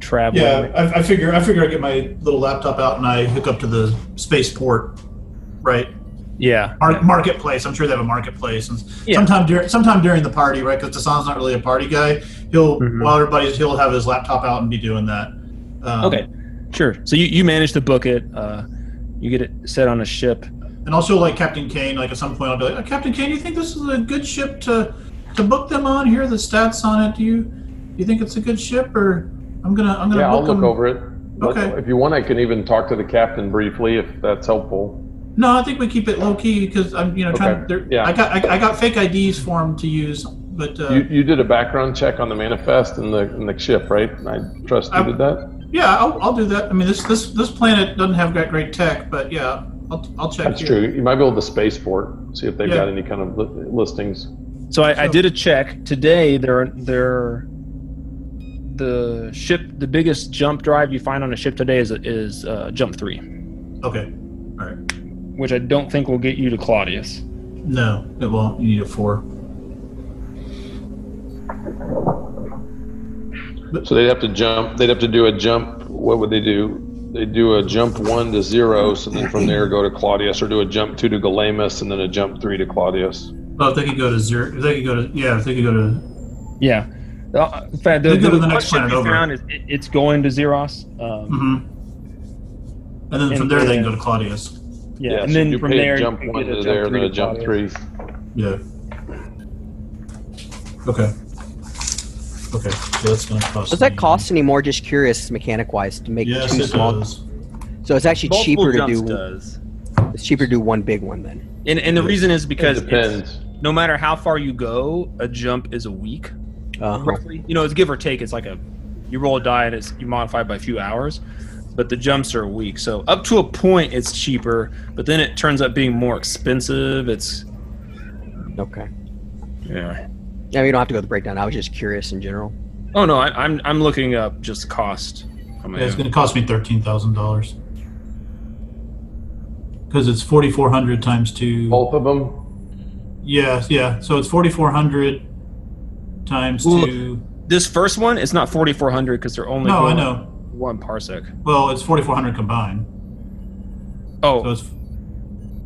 Speaker 3: traveling
Speaker 4: Yeah, I, I figure I figure I get my little laptop out and I hook up to the spaceport, right?
Speaker 3: yeah
Speaker 4: Mar- marketplace. I'm sure they have a marketplace. And
Speaker 3: Yeah.
Speaker 4: sometime during sometime during the party, right? Because Tassan's not really a party guy. He'll
Speaker 1: Mm-hmm.
Speaker 3: Mhm.
Speaker 4: while everybody's he'll have his laptop out and be doing that. Um,
Speaker 3: Okay, sure. So you, you manage to book it. Uh, you get it set on a ship.
Speaker 4: And also, like Captain Kane, like at some point I'll be like, oh, Captain Kane, you think this is a good ship to to book them on? Here are the stats on it. Do you you think it's a good ship, or I'm gonna I'm gonna
Speaker 1: Yeah, I'll
Speaker 4: book
Speaker 1: look
Speaker 4: them.
Speaker 1: over it. Look-
Speaker 4: Okay.
Speaker 1: If you want, I can even talk to the captain briefly if that's helpful.
Speaker 4: No, I think we keep it low key because I'm you know trying.
Speaker 1: Okay,
Speaker 4: they're-
Speaker 1: yeah.
Speaker 4: I got I, I got fake IDs for them to use, but uh,
Speaker 1: You, you did a background check on the manifest and the and the ship, right? I trust you
Speaker 4: I'm-
Speaker 1: did that.
Speaker 4: yeah, I'll, I'll do that. I mean, this this this planet doesn't have great great tech, but yeah, I'll I'll check.
Speaker 1: That's
Speaker 4: here.
Speaker 1: true. You might be able to spaceport, see if they've
Speaker 4: Yeah.
Speaker 1: got any kind of li- listings.
Speaker 3: So I, I
Speaker 4: So-
Speaker 3: did a check today. There are- there are- the ship the biggest jump drive you find on a ship today is is uh, jump three,
Speaker 4: Okay.
Speaker 3: which I don't think will get you to Claudius.
Speaker 4: No, it won't. You need a four.
Speaker 1: So they'd have to jump. They'd have to do a jump. What would they do? They do a jump one to zero, so then from there go to Claudius, or do a jump two to Galamus, and then a jump three to Claudius.
Speaker 4: Well, if Oh, they could go to zero, if they could go to yeah, if they could go to
Speaker 3: Yeah. Uh, in fact, the,
Speaker 4: They go to
Speaker 3: the
Speaker 4: the next
Speaker 3: ship
Speaker 4: planet
Speaker 3: you
Speaker 4: over.
Speaker 3: found is it, it's going to Xeros. Um,
Speaker 4: hmm mm-hmm. And then from
Speaker 3: And
Speaker 4: there, they
Speaker 3: then-
Speaker 4: can go to Claudius.
Speaker 3: Yeah,
Speaker 1: so
Speaker 3: and then
Speaker 1: you
Speaker 3: from
Speaker 1: pay
Speaker 3: there you
Speaker 1: jump
Speaker 3: can
Speaker 1: one
Speaker 3: get a
Speaker 1: to
Speaker 3: jump
Speaker 1: there, and
Speaker 3: three
Speaker 1: then a
Speaker 3: to
Speaker 1: jump
Speaker 3: Claudius.
Speaker 1: three.
Speaker 4: Yeah. Okay. Okay. So that's going to cost.
Speaker 6: Does that
Speaker 4: me-
Speaker 6: cost any more? Just curious, mechanic wise, to make
Speaker 4: Yes,
Speaker 6: two
Speaker 4: it
Speaker 6: small.
Speaker 4: does.
Speaker 6: So it's actually
Speaker 3: Multiple
Speaker 6: cheaper to
Speaker 3: jumps
Speaker 6: do.
Speaker 3: does.
Speaker 6: It's cheaper to do one big one then.
Speaker 3: And and the reason is because
Speaker 1: It
Speaker 3: it's,
Speaker 1: depends.
Speaker 3: no matter how far you go, a jump is a week.
Speaker 7: Uh-huh.
Speaker 6: Uh,
Speaker 3: roughly. You know, it's give or take. It's like a you roll a die and it's you modify by a few hours, but the jumps are weak. So up to a point, it's cheaper, but then it turns up being more expensive. It's
Speaker 6: okay.
Speaker 3: yeah.
Speaker 6: Yeah, we don't have to go the breakdown. I was just curious in general.
Speaker 3: Oh no, I, I'm I'm looking up just cost. on my
Speaker 4: Yeah, it's
Speaker 3: own.
Speaker 4: going to cost me thirteen thousand dollars. Because it's forty four hundred times two.
Speaker 3: Oh.
Speaker 1: Both of them.
Speaker 4: Yeah, yeah. So it's forty four hundred times
Speaker 3: Well,
Speaker 4: two.
Speaker 3: This first one, it's not 4,400 because they're only
Speaker 4: No, I
Speaker 3: going-
Speaker 4: know.
Speaker 3: one parsec.
Speaker 7: Well, it's 4,400 combined. So
Speaker 3: Oh,
Speaker 7: it's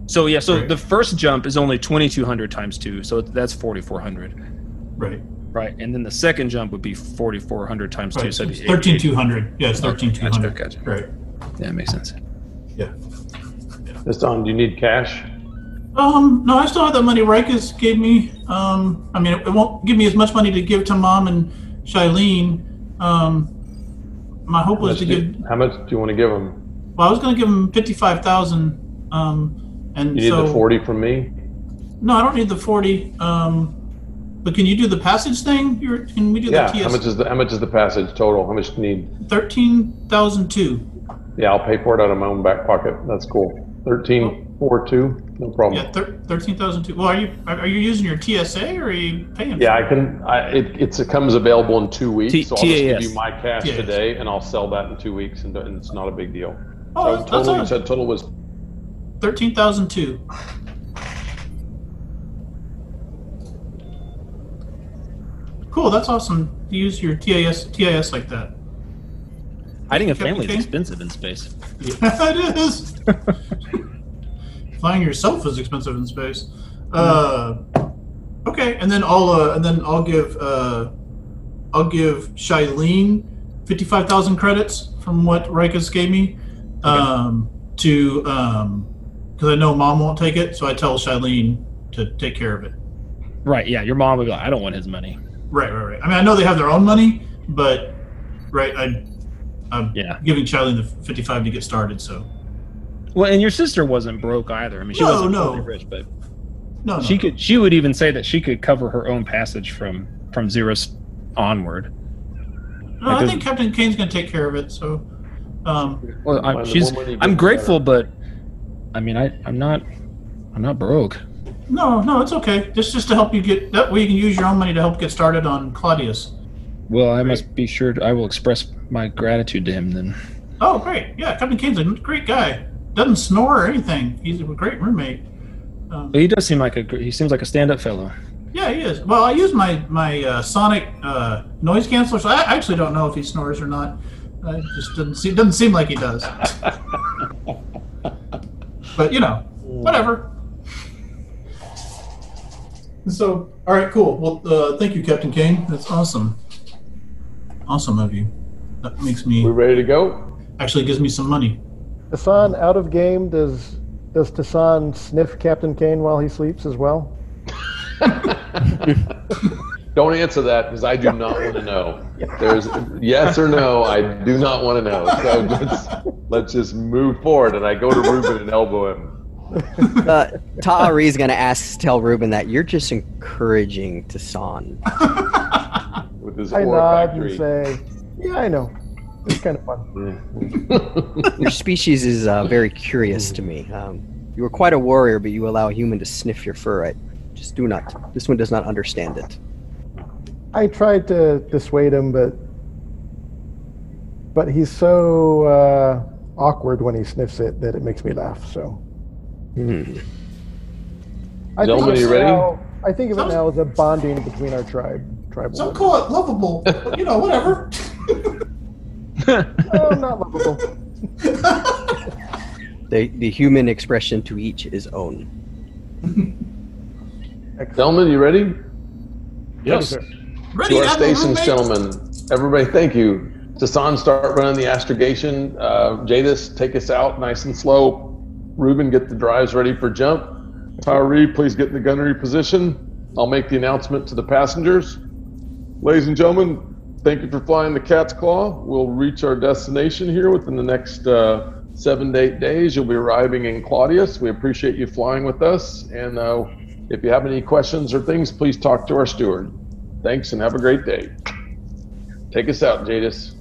Speaker 3: so yeah, so
Speaker 7: Right.
Speaker 3: the first jump is only 2200 times 2, so that's 4400.
Speaker 7: right.
Speaker 3: Right. And then the second jump would be 4400 times 2,
Speaker 7: right.
Speaker 3: so
Speaker 7: So
Speaker 3: it'd
Speaker 7: it's
Speaker 3: be
Speaker 7: 13,200. Yeah, it's 13,200.
Speaker 3: Gotcha, gotcha.
Speaker 7: Right.
Speaker 3: Yeah, that makes sense.
Speaker 7: Yeah.
Speaker 1: Hassan, do you need cash?
Speaker 7: Um, no, I still have that money Rikus gave me. Um, I mean, it, won't give me as much money to give to mom and Shailene. Um, my hope was to
Speaker 1: Let's do-
Speaker 7: give.
Speaker 1: how much do you want to give them?
Speaker 7: Well, I was going to give them fifty-five thousand. Um, and
Speaker 1: You need
Speaker 7: so
Speaker 1: the 40 from me?
Speaker 7: no, I don't need the forty. Um, but can you do the passage thing? You're, can we do
Speaker 1: Yeah.
Speaker 7: the
Speaker 1: How much
Speaker 7: TS
Speaker 1: is the how much is the passage total? How much do you need?
Speaker 7: thirteen thousand two?
Speaker 1: Yeah, I'll pay for it out of my own back pocket. That's cool. Thirteen four two, no problem.
Speaker 7: Oh. Yeah, thir- thirteen thousand two. Well, are you are are you using your TSA or are you paying?
Speaker 1: Yeah, I can. I, it it's, it comes available in two weeks,
Speaker 3: T-
Speaker 1: so I'll just give
Speaker 3: TAS.
Speaker 1: you my cash
Speaker 7: Yes.
Speaker 1: today, and I'll sell that in two weeks, and, and it's not a big deal.
Speaker 7: Oh,
Speaker 1: so
Speaker 7: that's-
Speaker 1: total, you
Speaker 7: that's all.
Speaker 1: said total was
Speaker 7: Thirteen thousand two. Cool, that's awesome. To use your TIS TIS like that.
Speaker 3: Hiding a family is
Speaker 7: Okay.
Speaker 3: expensive in space.
Speaker 7: it is. <laughs> Flying yourself is expensive in space. Uh, okay, and then I'll uh, and then I'll give uh, I'll give Shailene fifty five thousand credits from what Rikus gave me um, to because I know Mom won't take it, so I tell Shailene to take care of it.
Speaker 3: Right, yeah, your mom would be like, I don't want his money.
Speaker 7: Right, right, right. I mean, I know they have their own money, but right, I, I'm
Speaker 3: Yeah.
Speaker 7: giving Shailene the fifty five to get started. So
Speaker 3: Well, and your sister wasn't broke either. I mean, she
Speaker 7: No,
Speaker 3: wasn't
Speaker 7: no.
Speaker 3: totally rich, but
Speaker 7: no, no,
Speaker 3: she
Speaker 7: no.
Speaker 3: could she would even say that she could cover her own passage from from zero onward
Speaker 7: No,
Speaker 3: Like
Speaker 7: I
Speaker 3: there's-
Speaker 7: think Captain Kane's gonna take care of it. So, um,
Speaker 3: well
Speaker 1: Well,
Speaker 3: I'm,
Speaker 1: the
Speaker 3: she's
Speaker 1: more money you get,
Speaker 3: i'm
Speaker 1: the
Speaker 3: grateful but i mean i i'm not i'm not broke
Speaker 7: no, no, it's okay. This is just to help you get that way. You can use your own money to help get started on Claudius.
Speaker 3: well i must be sure i will express my gratitude to him then
Speaker 7: Oh, great! Yeah, Captain Kane's a great guy. Doesn't snore or anything. He's a great roommate. Um,
Speaker 3: but he does seem like a gr- he seems like a stand-up fellow
Speaker 7: yeah, he is. Well, I use my my uh, sonic uh, noise canceller, so I actually don't know if he snores or not. Uh, it just doesn't seem doesn't seem like
Speaker 3: <laughs>
Speaker 7: he does. but you know,
Speaker 3: Hmm.
Speaker 7: whatever. So, all right, cool. Well, uh, thank you, Captain Kane. That's awesome. Awesome of you. That makes
Speaker 1: we
Speaker 7: me
Speaker 1: ready to
Speaker 3: <laughs>
Speaker 1: go?
Speaker 7: actually gives me some money.
Speaker 5: Tassan out of game. Does does Tassan sniff Captain Kane while he sleeps as well?
Speaker 1: Don't answer that because I do not want to know. There's yes or no. I do not want to know. So let's let's just move forward. And I go to Ruben and elbow him.
Speaker 6: Uh,
Speaker 3: <laughs>
Speaker 6: Ta'ari is going to ask, tell Ruben that you're just encouraging Tassan.
Speaker 1: with his
Speaker 5: I
Speaker 1: aura
Speaker 5: nod
Speaker 1: factory.
Speaker 5: and say, "Yeah, I know. It's kind of fun."
Speaker 1: <laughs>
Speaker 6: Your species is uh, very curious to me. Um, you are quite a warrior, but you allow a human to sniff your fur. I just do not. This one does not understand it.
Speaker 5: I tried to dissuade him, but but he's so uh, awkward when he sniffs it that it makes me laugh. So.
Speaker 3: Hmm.
Speaker 5: I think,
Speaker 1: Gentlemen,
Speaker 5: of
Speaker 1: you
Speaker 5: it
Speaker 1: ready?
Speaker 5: now, I think of it
Speaker 7: Some-
Speaker 5: now as a bonding between our tribe. Tribal.
Speaker 7: Some call it lovable, but you know, whatever.
Speaker 5: No, not lovable.
Speaker 6: The, the human expression to each is own.
Speaker 1: Gentlemen, you ready?
Speaker 2: Yes.
Speaker 7: Ready,
Speaker 1: To our
Speaker 7: Admiral
Speaker 1: stations,
Speaker 7: Roommate?
Speaker 1: gentlemen. Everybody, thank you. Tassan, start running the astrogation. Uh, Jadis, take us out nice and slow. Ruben, get the drives ready for jump. Tyree, please get in the gunnery position. I'll make the announcement to the passengers. Ladies and gentlemen, thank you for flying the Cat's Claw. We'll reach our destination here within the next uh, seven to eight days. You'll be arriving in Claudius. We appreciate you flying with us. And uh, if you have any questions or things, please talk to our steward. Thanks and have a great day. Take us out, Jadis.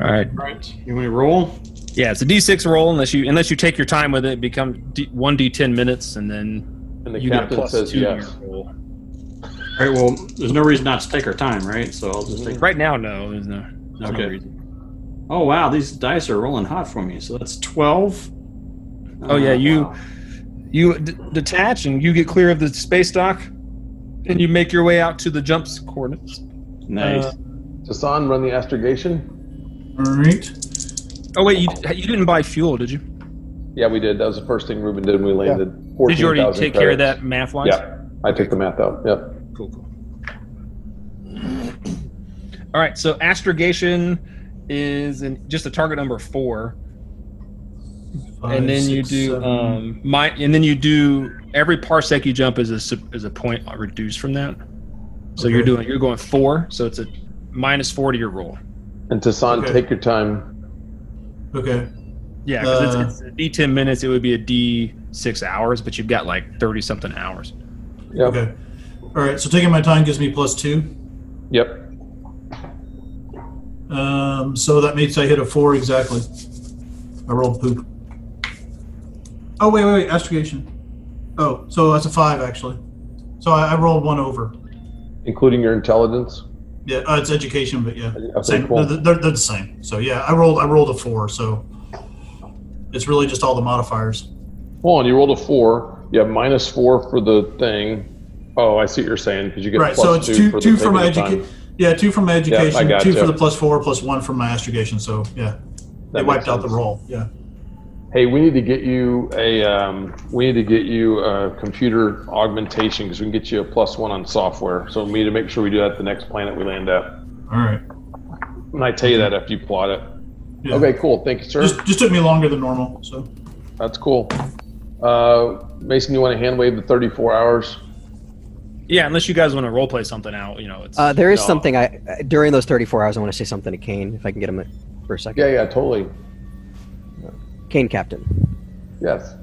Speaker 3: all right
Speaker 2: Right. You want me to roll?
Speaker 3: yeah it's a d6 roll unless you unless you take your time with it, it becomes D, 1d10 minutes and then
Speaker 1: And the
Speaker 3: you get a
Speaker 1: captain
Speaker 3: plus
Speaker 1: says
Speaker 3: two to
Speaker 1: yes.
Speaker 3: your roll.
Speaker 2: All right. Well, there's no reason not to take our time, right? So I'll just take.
Speaker 3: right now no there's no, there's
Speaker 2: Mm-hmm. Okay.
Speaker 3: no reason.
Speaker 2: Oh wow, these dice are rolling hot for me. So that's twelve. Ah,
Speaker 3: Oh, yeah, you- you d- detach and you get clear of the space dock and you make your way out to the jumps coordinates
Speaker 2: Nice.
Speaker 3: Uh,
Speaker 1: Tassan, run the astrogation.
Speaker 7: All right.
Speaker 3: Oh wait, you, you didn't buy fuel, did you?
Speaker 1: Yeah, we did. That was the first thing Ruben did when we landed.
Speaker 3: Did you already
Speaker 1: 14,000
Speaker 3: take care of
Speaker 1: credits.
Speaker 3: that math wise?
Speaker 1: Yeah, I took the math out. Yeah.
Speaker 3: Cool, cool. All right, so astrogation is in just a target number of four,
Speaker 4: Five,
Speaker 3: and then you
Speaker 4: six,
Speaker 3: do
Speaker 4: seven.
Speaker 3: um my, and then you do every parsec you jump is a sub- is a point reduced from that. So you're
Speaker 4: Okay.
Speaker 3: doing you're going four, so it's a minus four to your roll.
Speaker 1: And Tassan,
Speaker 4: Okay.
Speaker 1: take your time.
Speaker 4: okay.
Speaker 3: Yeah, because
Speaker 4: Uh,
Speaker 3: it's, it's a D ten minutes. It would be a D six hours, but you've got like thirty something hours.
Speaker 1: Yep.
Speaker 4: Okay. All right. So taking my time gives me plus two.
Speaker 1: Yep.
Speaker 4: Um, so that means I hit a four exactly. I rolled poop. Oh wait, wait, wait. Astrogation. Oh, so that's a five actually. So I, I rolled one over.
Speaker 1: Including your intelligence.
Speaker 4: Yeah, uh, it's education, but yeah,
Speaker 1: Okay,
Speaker 4: same.
Speaker 1: cool.
Speaker 4: They're, they're, they're the same. So yeah, I rolled I rolled a four. So it's really just all the modifiers.
Speaker 1: Well, and you rolled a four. You have minus four for the thing. Oh, I see what you're saying because you get
Speaker 4: Right.
Speaker 1: plus
Speaker 4: So it's
Speaker 1: two,
Speaker 4: two
Speaker 1: for
Speaker 4: two
Speaker 1: the
Speaker 4: from my
Speaker 1: taking the time.
Speaker 4: education. Yeah, two from my
Speaker 1: I
Speaker 4: education,
Speaker 1: got
Speaker 4: two
Speaker 1: you.
Speaker 4: for the plus four, plus one from my astrogation. So yeah,
Speaker 1: That
Speaker 4: they wiped
Speaker 1: makes
Speaker 4: out the
Speaker 1: sense.
Speaker 4: roll. Yeah.
Speaker 1: Hey, we need to get you a um, we need to get you a computer augmentation because we can get you a plus one on software. So we need to make sure we do that the next planet we land at.
Speaker 4: All right.
Speaker 1: And I tell you that after you plot it.
Speaker 4: Yeah.
Speaker 1: Okay, cool. Thank you, sir.
Speaker 4: Just just took me longer than normal. So
Speaker 1: That's cool. Uh, Mason, you want to hand wave the 34 hours?
Speaker 3: Yeah, unless you guys want to role play something out, you know, it's
Speaker 6: Uh, there is
Speaker 1: No.
Speaker 6: something I I- during those 34 hours. I want to say something to Kane if I can get him a- for a second.
Speaker 1: Yeah, yeah, totally.
Speaker 6: Kane, Captain.
Speaker 1: Yes.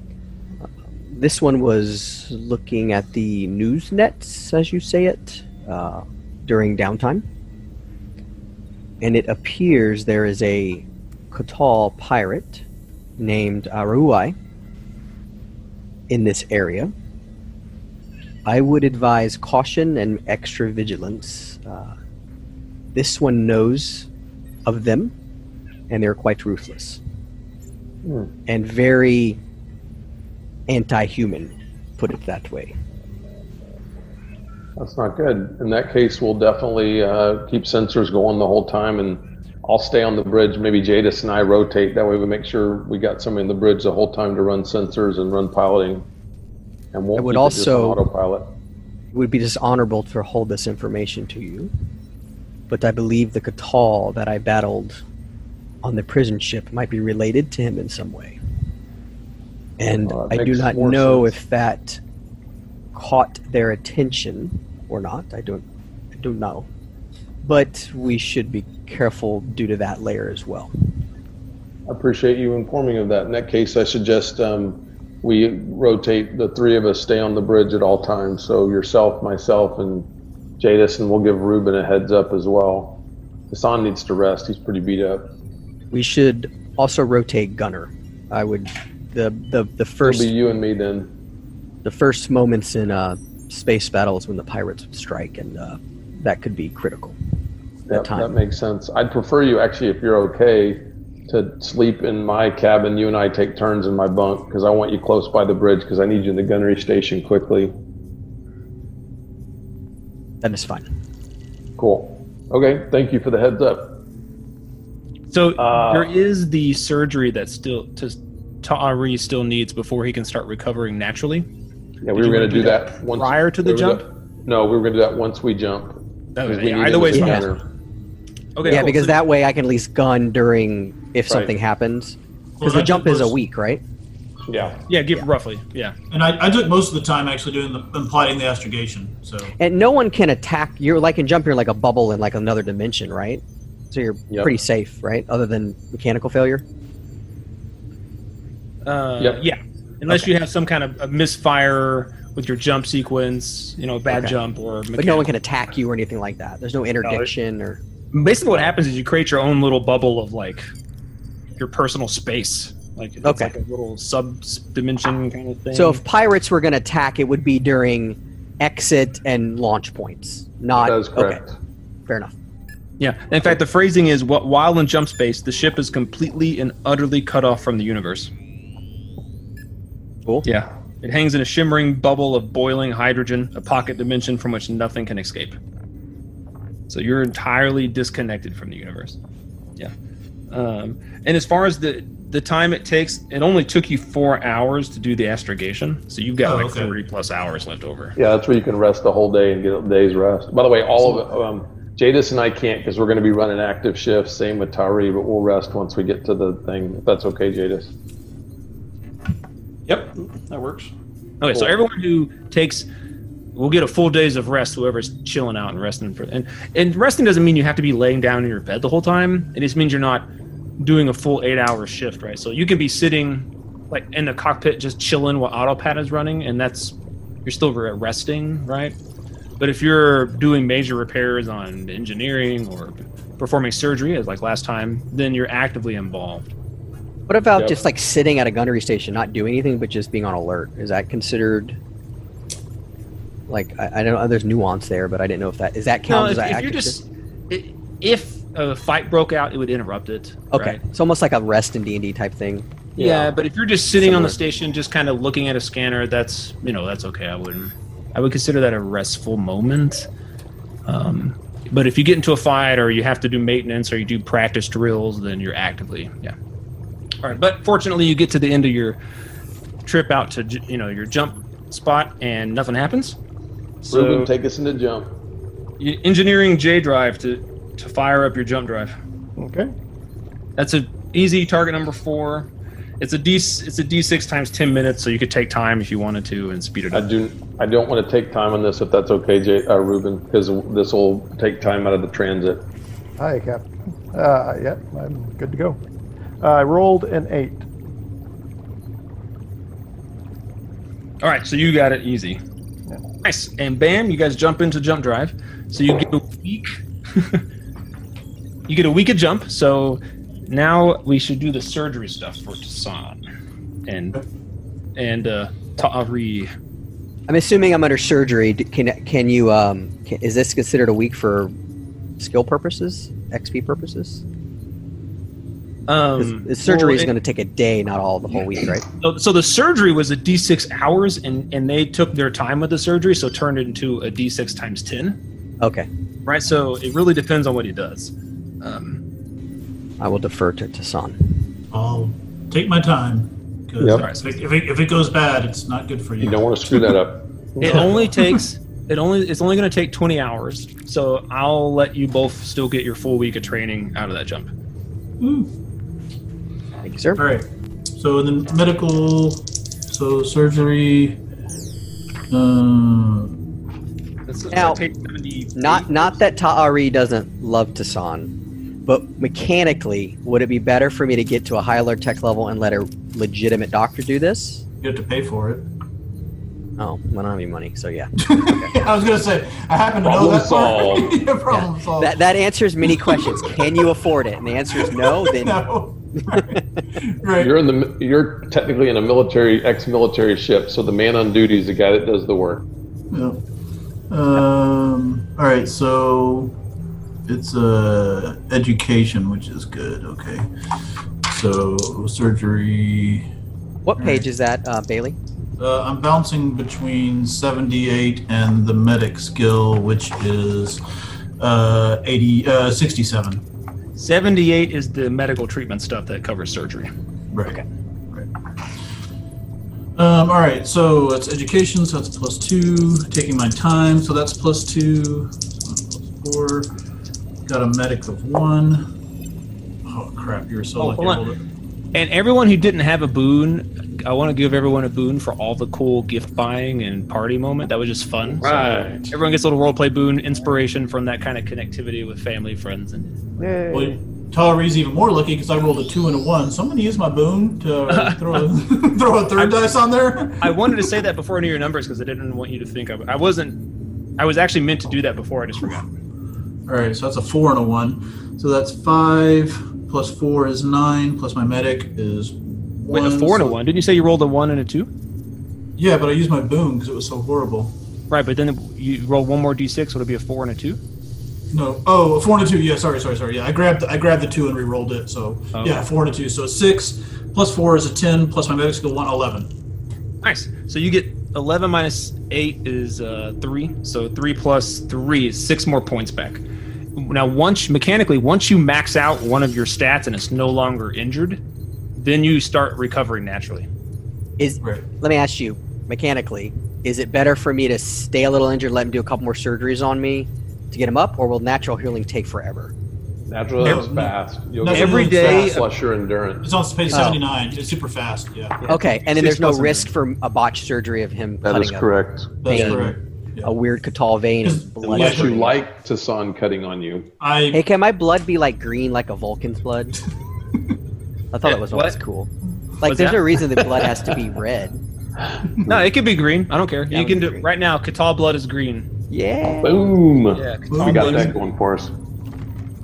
Speaker 6: This one was looking at the news nets, as you say it, uh, during downtime. And it appears there is a Kotal pirate named Aruai in this area. I would advise caution and extra vigilance. Uh, this one knows of them, and they're quite ruthless
Speaker 1: Hmm.
Speaker 6: and very anti-human, put it that way.
Speaker 1: That's not good. In that case, we'll definitely uh, keep sensors going the whole time, and I'll stay on the bridge. Maybe Jadis and I rotate. That way, we make sure we got somebody on the bridge the whole time to run sensors and run piloting. And we'll
Speaker 6: I would
Speaker 1: keep it just on
Speaker 6: also-
Speaker 1: autopilot.
Speaker 6: It would be dishonorable to hold this information to you, but I believe the Catal that I battled on the prison ship might be related to him in some way. And
Speaker 1: Well, that
Speaker 6: I do
Speaker 1: makes
Speaker 6: not
Speaker 1: more
Speaker 6: know
Speaker 1: sense.
Speaker 6: if that caught their attention or not. I don't I don't know. But we should be careful due to that layer as well.
Speaker 1: I appreciate you informing of that. In that case, I suggest um, we rotate the three of us stay on the bridge at all times. So yourself, myself, and Jadis, and we'll give Ruben a heads up as well. Hassan needs to rest. He's pretty beat up.
Speaker 6: We should also rotate Gunner. I would the the, the
Speaker 1: It'll
Speaker 6: first
Speaker 1: be you and me then.
Speaker 6: the first moments in uh, space battles when the pirates would strike, and uh, that could be critical.
Speaker 1: Yep,
Speaker 6: time.
Speaker 1: That makes sense. I'd prefer you actually, if you're okay, to sleep in my cabin. You and I take turns in my bunk because I want you close by the bridge because I need you in the gunnery station quickly.
Speaker 6: That is fine.
Speaker 1: Cool. Okay. Thank you for the heads up.
Speaker 3: so
Speaker 1: Uh,
Speaker 3: there is the surgery that still to Ta'ari still needs before he can start recovering naturally.
Speaker 1: Yeah, we were
Speaker 3: you
Speaker 1: going
Speaker 3: wanna
Speaker 1: to
Speaker 3: do
Speaker 1: do
Speaker 3: that
Speaker 1: that, once,
Speaker 3: prior to the
Speaker 1: we were
Speaker 3: jump?
Speaker 1: gonna- no, we were going to do that once we jump. 'cause we
Speaker 3: Okay,
Speaker 1: need
Speaker 3: either
Speaker 1: him
Speaker 3: way,
Speaker 1: as
Speaker 3: it's
Speaker 1: a
Speaker 3: fine.
Speaker 1: gunner.
Speaker 3: Okay,
Speaker 6: yeah,
Speaker 3: cool.
Speaker 6: because
Speaker 3: So-
Speaker 6: that way I can at least gun during if
Speaker 1: Right.
Speaker 6: something happens.
Speaker 4: Well,
Speaker 6: Because
Speaker 4: that
Speaker 6: the jump is a
Speaker 4: was-
Speaker 6: week, right?
Speaker 1: Yeah.
Speaker 3: yeah, give roughly, yeah.
Speaker 4: And I, I took most of the time actually doing the and plotting the astrogation. So
Speaker 6: And no one can attack. You're like in jump, you're like a bubble in like another dimension, right? So you're
Speaker 1: Yep.
Speaker 6: pretty safe, right? Other than mechanical failure.
Speaker 3: Uh,
Speaker 1: Yep.
Speaker 3: Yeah, unless you have some kind of a misfire with your jump sequence, you know, bad
Speaker 6: Okay.
Speaker 3: jump or
Speaker 6: But no
Speaker 3: mechanical.
Speaker 6: one can attack you or anything like that. There's no interdiction or
Speaker 3: Basically, what happens is you create your own little bubble of like your personal space, like it's
Speaker 6: Okay.
Speaker 3: like a little sub dimension kind of thing.
Speaker 6: So if pirates were going to attack, it would be during exit and launch points, not
Speaker 1: That is correct.
Speaker 6: okay. Fair enough.
Speaker 3: Yeah. In fact, the phrasing is "Wh- while in jump space, the ship is completely and utterly cut off from the universe.
Speaker 6: Cool.
Speaker 3: Yeah. It hangs in a shimmering bubble of boiling hydrogen, a pocket dimension from which nothing can escape. So you're entirely disconnected from the universe. Yeah. Um, and as far as the the time it takes, it only took you four hours to do the astrogation, so you've got
Speaker 4: Oh,
Speaker 3: like
Speaker 4: okay.
Speaker 3: thirty plus hours left over.
Speaker 1: Yeah, that's where you can rest the whole day and get a day's rest. By the way, all of it, um, Jadis and I can't because we're going to be running active shifts. Same with Tari, but we'll rest once we get to the thing. If that's okay, Jadis.
Speaker 2: Yep, that works.
Speaker 3: Okay, so
Speaker 1: Cool.
Speaker 3: everyone who takes will get a full days of rest. Whoever's chilling out and resting for and and resting doesn't mean you have to be laying down in your bed the whole time. It just means you're not doing a full eight hour shift, right? So you can be sitting like in the cockpit just chilling while autopad is running, and that's you're still re- resting, right? But if you're doing major repairs on engineering or performing surgery, as like last time, then you're actively involved.
Speaker 6: What about
Speaker 1: Yep.
Speaker 6: just like sitting at a gunnery station, not doing anything, but just being on alert? Is that considered? Like I, I don't know. There's nuance there, but I didn't know if that is that count
Speaker 3: No,
Speaker 6: as
Speaker 3: if,
Speaker 6: an
Speaker 3: if
Speaker 6: active
Speaker 3: you're
Speaker 6: shift?
Speaker 3: just i- if a fight broke out, it would interrupt it.
Speaker 6: okay.
Speaker 3: right?
Speaker 6: It's almost like a rest in D and D type thing.
Speaker 3: Yeah.
Speaker 1: Yeah.
Speaker 3: but if you're just sitting on the
Speaker 6: Similar.
Speaker 3: station, just kind of looking at a scanner, that's you know that's okay. I wouldn't. I would consider that a restful moment. Um, but if you get into a fight or you have to do maintenance or you do practice drills, then you're actively yeah. All right, but fortunately, you get to the end of your trip out to j- you know your jump spot and nothing happens. So
Speaker 1: Ruben, take us into jump.
Speaker 3: y- engineering J drive to to fire up your jump drive.
Speaker 5: Okay.
Speaker 3: That's a easy target number four. It's a D. It's a D six times ten minutes, so you could take time if you wanted to and speed it
Speaker 1: I
Speaker 3: up.
Speaker 1: do. I don't want to take time on this if that's okay, J, uh, Ruben, because this will take time out of the transit.
Speaker 5: Hi, Captain. Uh, yep, I'm good to go. Uh, I rolled an eight.
Speaker 3: All right, so you got it easy.
Speaker 5: Yeah.
Speaker 3: Nice, and bam, you guys jump into jump drive. So you get a week. <laughs> you get a week of jump. So now we should do the surgery stuff for Tassan and and uh, Ta'ari.
Speaker 6: I'm assuming I'm under surgery. D- Can can you? Um, can, is this considered a week for skill purposes, XP purposes? Because
Speaker 3: Um,
Speaker 6: surgery
Speaker 3: well,
Speaker 6: is
Speaker 3: it-
Speaker 6: going to take a day, not all the whole week, right?
Speaker 3: So, so the surgery was a D6 hours, and, and they took their time with the surgery, so turned it into a D6 times 10,
Speaker 6: Okay,
Speaker 3: right? So it really depends on what he does. Um,
Speaker 6: I will defer to Tassan.
Speaker 4: I'll take my time. 'cause
Speaker 1: Yep.
Speaker 4: if, it, if, it, if it goes bad, it's not good for you.
Speaker 1: You don't want to screw that <laughs> up.
Speaker 3: it only takes it only it's only going to take 20 hours, so I'll let you both still get your full week of training out of that jump.
Speaker 6: Thank you, sir.
Speaker 4: All right. So and then medical, so surgery. Uh,
Speaker 3: That's,
Speaker 6: Now,
Speaker 3: that's like page 78.
Speaker 6: Not not that Ta'ari doesn't love Tassan, but mechanically, would it be better for me to get to a high alert tech level and let a legitimate doctor do this?
Speaker 4: you have to pay for it. <laughs>
Speaker 6: Oh, well, I don't have any money, so yeah.
Speaker 4: I was gonna say I happen to know
Speaker 1: Problem
Speaker 4: that part. <laughs>
Speaker 1: solved.
Speaker 4: yeah,
Speaker 7: Oh,
Speaker 4: problem solved.
Speaker 6: That that answers many questions. Can you afford it? And the answer is no.
Speaker 4: <laughs>
Speaker 6: Then
Speaker 4: no. right.
Speaker 1: You're in the. You're technically in a military, ex-military ship, so the man on duty is the guy that does the work.
Speaker 4: No. Um. All right. So it's uh, education, which is good. Okay. So surgery.
Speaker 6: what page is that, uh, Bailey?
Speaker 4: Uh, I'm bouncing between 78 and the medic skill, which is uh, 80, uh, 67.
Speaker 3: 78 is the medical treatment stuff that covers surgery.
Speaker 4: Right. Right. Um, all right, so it's education, so that's plus two. Taking my time, so that's plus two. So Plus four. Got a medic of one. Oh crap! You're so
Speaker 3: Oh,
Speaker 4: lucky.
Speaker 3: hold on.
Speaker 4: Hold it.
Speaker 3: And everyone who didn't have a boon, I want to give everyone a boon for all the cool gift buying and party moment. That was just fun. So
Speaker 1: Right.
Speaker 3: everyone gets a little roleplay boon, inspiration from that kind of connectivity with family, friends, and
Speaker 5: Yay.
Speaker 4: Well, Tari's even more lucky because I rolled a two and a one. So I'm going to use my boom
Speaker 3: <laughs>
Speaker 4: to throw a, <laughs> throw a third dice on there.
Speaker 3: I wanted to say that before I knew your numbers because I didn't want you to think of. I wasn't. I was actually meant to do that before. I just forgot.
Speaker 4: All right, so that's a four and a one. So that's five plus four is nine. Plus my medic is
Speaker 3: Wait,
Speaker 4: one.
Speaker 3: a four and a
Speaker 4: so-
Speaker 3: one. Didn't you say you rolled a one and a two?
Speaker 4: Yeah, but I used my boom because it was so horrible.
Speaker 3: Right, but then you roll one more d6. Would it be a four and a two?
Speaker 4: No, oh, a four and a two. Yeah, sorry, sorry, sorry. Yeah, I grabbed I grabbed the two and re-rolled it. So
Speaker 3: Oh.
Speaker 4: yeah, four and a two. So six plus four is a ten. Plus my medic skill one, eleven.
Speaker 3: Nice. So you get eleven minus eight is uh, three. So three plus three is six more points back. now once mechanically once you max out one of your stats and it's no longer injured then you start recovering naturally
Speaker 6: Is
Speaker 4: Right.
Speaker 6: let me ask you mechanically, is it better for me to stay a little injured, let him do a couple more surgeries on me to get him up, or will natural healing take foforever?
Speaker 1: Natural
Speaker 4: No,
Speaker 1: is
Speaker 4: no.
Speaker 1: fast. You'll
Speaker 4: Natural
Speaker 3: Every
Speaker 4: is
Speaker 3: day-
Speaker 4: fast.
Speaker 1: plus your endurance.
Speaker 4: It's on page
Speaker 6: uh, Oh.
Speaker 4: 79. It's super fast. Yeah,
Speaker 6: Okay, and then there's no
Speaker 3: Six months
Speaker 6: risk for a botched surgery of him
Speaker 1: That is
Speaker 6: cutting a-
Speaker 1: correct.
Speaker 4: that's
Speaker 6: Pain.
Speaker 4: correct.
Speaker 6: a, weird catal vein
Speaker 4: Just
Speaker 6: and blood.
Speaker 1: Unless you
Speaker 6: everywhere.
Speaker 1: like Tassan cutting on you.
Speaker 4: I
Speaker 6: Hey, can my blood be like green, like a
Speaker 4: <laughs>
Speaker 6: Vulcan's blood? I thought that was
Speaker 3: What?
Speaker 6: always cool. Like,
Speaker 3: What's
Speaker 6: there's
Speaker 3: that?
Speaker 6: no reason the blood has to
Speaker 3: <laughs>
Speaker 6: be red.
Speaker 3: no it could be green i don't care
Speaker 6: Yeah,
Speaker 3: you
Speaker 6: it
Speaker 3: can
Speaker 6: would be
Speaker 3: do
Speaker 6: green.
Speaker 3: right now Catal blood is green
Speaker 6: Yeah.
Speaker 1: Boom.
Speaker 3: yeah
Speaker 1: We
Speaker 3: Catal
Speaker 1: got
Speaker 3: blood is
Speaker 1: that going for us.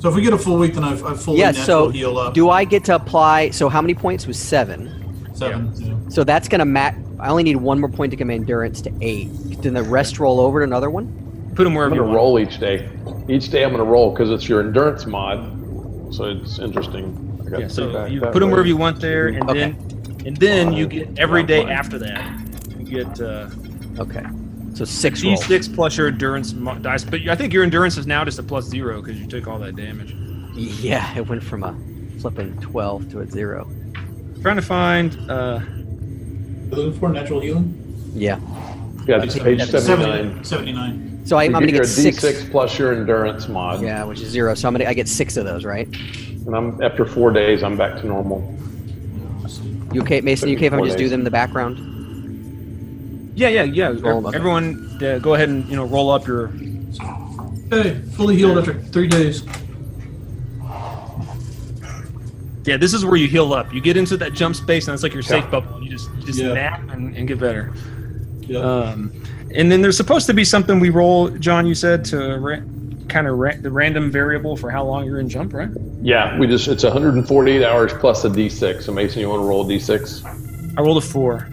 Speaker 4: so if we get a full week, then I've, I've fully
Speaker 6: Yeah.
Speaker 4: natural
Speaker 6: So,
Speaker 4: heal up.
Speaker 6: do I get to apply? So, how many points was seven?
Speaker 4: seven. Yeah.
Speaker 6: So that's gonna mat. I only need one more point to get my endurance to eight. Then the rest roll over to another one.
Speaker 3: put them
Speaker 1: I'm
Speaker 3: wherever
Speaker 1: going
Speaker 3: you
Speaker 1: to
Speaker 3: want
Speaker 1: roll each day. Each day I'm going to roll because it's your endurance mod. So it's interesting. I got
Speaker 3: yeah so
Speaker 1: feedback
Speaker 3: you
Speaker 1: that
Speaker 3: put them
Speaker 1: way.
Speaker 3: wherever you want there and
Speaker 6: Okay.
Speaker 3: then and then you get every day
Speaker 1: Fine.
Speaker 3: after that you get uh
Speaker 6: Okay. So six roll.
Speaker 3: d6 plus your endurance mo- dice but i think your endurance is now just a plus zero because you took all that damage
Speaker 6: Yeah, it went from a flipping twelve to a zero.
Speaker 3: trying to find uh
Speaker 4: Looking for natural healing.
Speaker 6: Yeah.
Speaker 1: Yeah, it's page
Speaker 6: Seventy-
Speaker 1: 79.
Speaker 4: 79.
Speaker 6: So I,
Speaker 1: You
Speaker 6: I'm gonna
Speaker 1: get your
Speaker 6: get
Speaker 1: D6
Speaker 6: six.
Speaker 1: plus your endurance mod.
Speaker 6: Yeah, which is zero. So I'm gonna I get six of those, right?
Speaker 1: And I'm after four days, I'm back to normal.
Speaker 6: You okay, Mason? You okay if I
Speaker 1: Four
Speaker 6: just do
Speaker 1: days.
Speaker 6: them in the background?
Speaker 3: yeah yeah yeah
Speaker 6: Roll up.
Speaker 3: everyone uh, go ahead and you know roll up your
Speaker 4: Hey, fully healed after three days.
Speaker 3: Yeah, this is where you heal up. You get into that jump space, and it's like your safe
Speaker 1: Yeah.
Speaker 3: bubble. You just you just
Speaker 4: Yeah.
Speaker 3: nap and, and get better.
Speaker 4: Yeah.
Speaker 3: Um, and then there's supposed to be something we roll, John. You said to ra- kind of ra- the random variable for how long you're in jump, right?
Speaker 1: Yeah, we just it's 148 hours plus a D6. So Mason, you want to roll a D6?
Speaker 3: I rolled a four.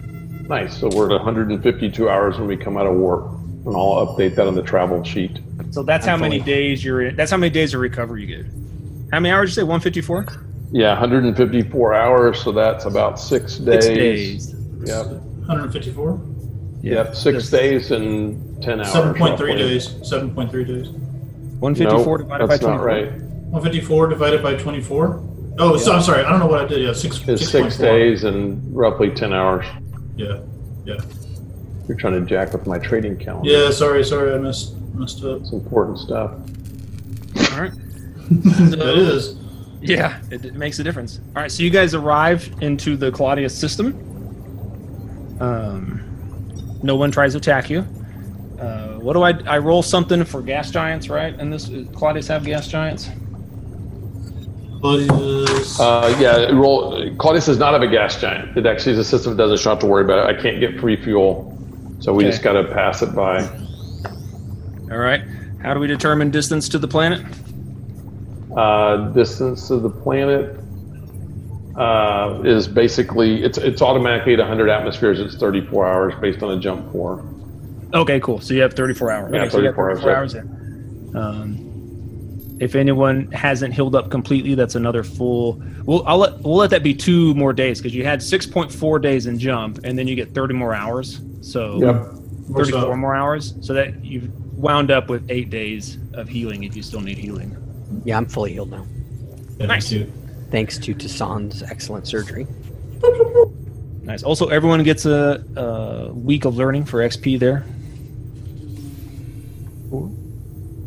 Speaker 1: Nice. So we're at 152 hours when we come out of warp, and I'll update that on the travel sheet.
Speaker 3: So that's how many
Speaker 6: Excellent.
Speaker 3: days you're. in. That's how many days of recovery you get. How many hours? did You say 154.
Speaker 1: Yeah, 154 hours. So that's about six days. Yep.
Speaker 4: 154.
Speaker 1: Yep. Six days and 10 hours.
Speaker 4: 7.3
Speaker 1: roughly.
Speaker 4: days. 7.3 days.
Speaker 3: 154
Speaker 1: Nope,
Speaker 3: divided by
Speaker 1: that's
Speaker 3: 24.
Speaker 1: not right.
Speaker 4: 154 divided by 24. Oh, so, I'm sorry. I don't know what I did. Yeah, six.
Speaker 1: It's six
Speaker 4: 6.4.
Speaker 1: days and roughly 10 hours.
Speaker 4: Yeah, yeah,
Speaker 1: You're trying to jack with my trading calendar.
Speaker 4: yeah. Sorry, sorry, I missed messed up.
Speaker 1: It's important stuff.
Speaker 3: All right.
Speaker 4: That is.
Speaker 3: Yeah, it, it makes a difference. All right, so you guys arrive into the Claudius system. Um, no one tries to attack you. Uh, what do I? I roll something for gas giants, right? And this Claudius have gas giants.
Speaker 4: But it is.
Speaker 1: Uh, yeah, roll. Claudius does not have a gas giant. It actually is a system that doesn't have to worry about it. I can't get free fuel, so we
Speaker 3: Okay.
Speaker 1: just got to pass it by.
Speaker 3: All right. How do we determine distance to the planet?
Speaker 1: Uh, distance to the planet uh, is basically it's it's automatically at 100 atmospheres. It's 34 hours based on a jump four.
Speaker 3: Okay, cool. So you have 34 hours.
Speaker 1: Yeah,
Speaker 3: okay, so you got
Speaker 1: 34 hours,
Speaker 3: 34 hours in. Um, if anyone hasn't healed up completely, that's another full. We'll I'll let we'll let that be two more days because you had 6.4 days in jump, and then you get 30 more hours. So
Speaker 1: Yep.
Speaker 4: works
Speaker 3: 34
Speaker 4: out.
Speaker 3: more hours, so that you've wound up with eight days of healing if you still need healing.
Speaker 6: Yeah, I'm fully healed now.
Speaker 4: Yeah, me
Speaker 3: Nice.
Speaker 4: too.
Speaker 6: Thanks to Tassan's excellent surgery.
Speaker 3: Nice. Also, everyone gets a, a week of learning for XP there.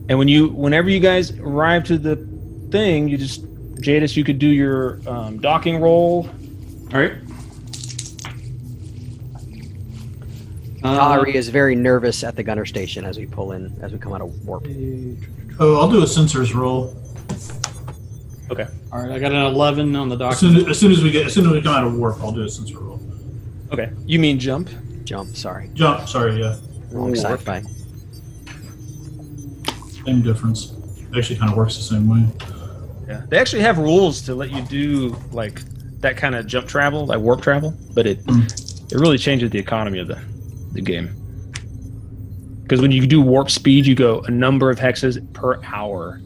Speaker 3: And when you, whenever you guys arrive to the thing, you just Jadis, you could do your um, docking roll.
Speaker 2: All right. Um,
Speaker 6: Tahari is very nervous at the gunner station as we pull in, as we come out of warp.
Speaker 4: Oh, I'll do a sensors roll.
Speaker 3: Okay.
Speaker 2: all right, I got an 11 on the
Speaker 4: As
Speaker 2: document.
Speaker 4: soon as, soon as we get, as soon as we come out of warp, I'll do a sensor roll.
Speaker 3: Okay. You mean jump?
Speaker 6: Jump, sorry.
Speaker 4: Jump. Sorry, yeah,
Speaker 6: Wrong sci fi.
Speaker 4: same difference. Actually, kind of works the same way.
Speaker 3: Yeah. They actually have rules to let you do like that kind of jump travel, like warp travel, but it it really changes the economy of the the game. Because when you do warp speed, you go a number of hexes per hour.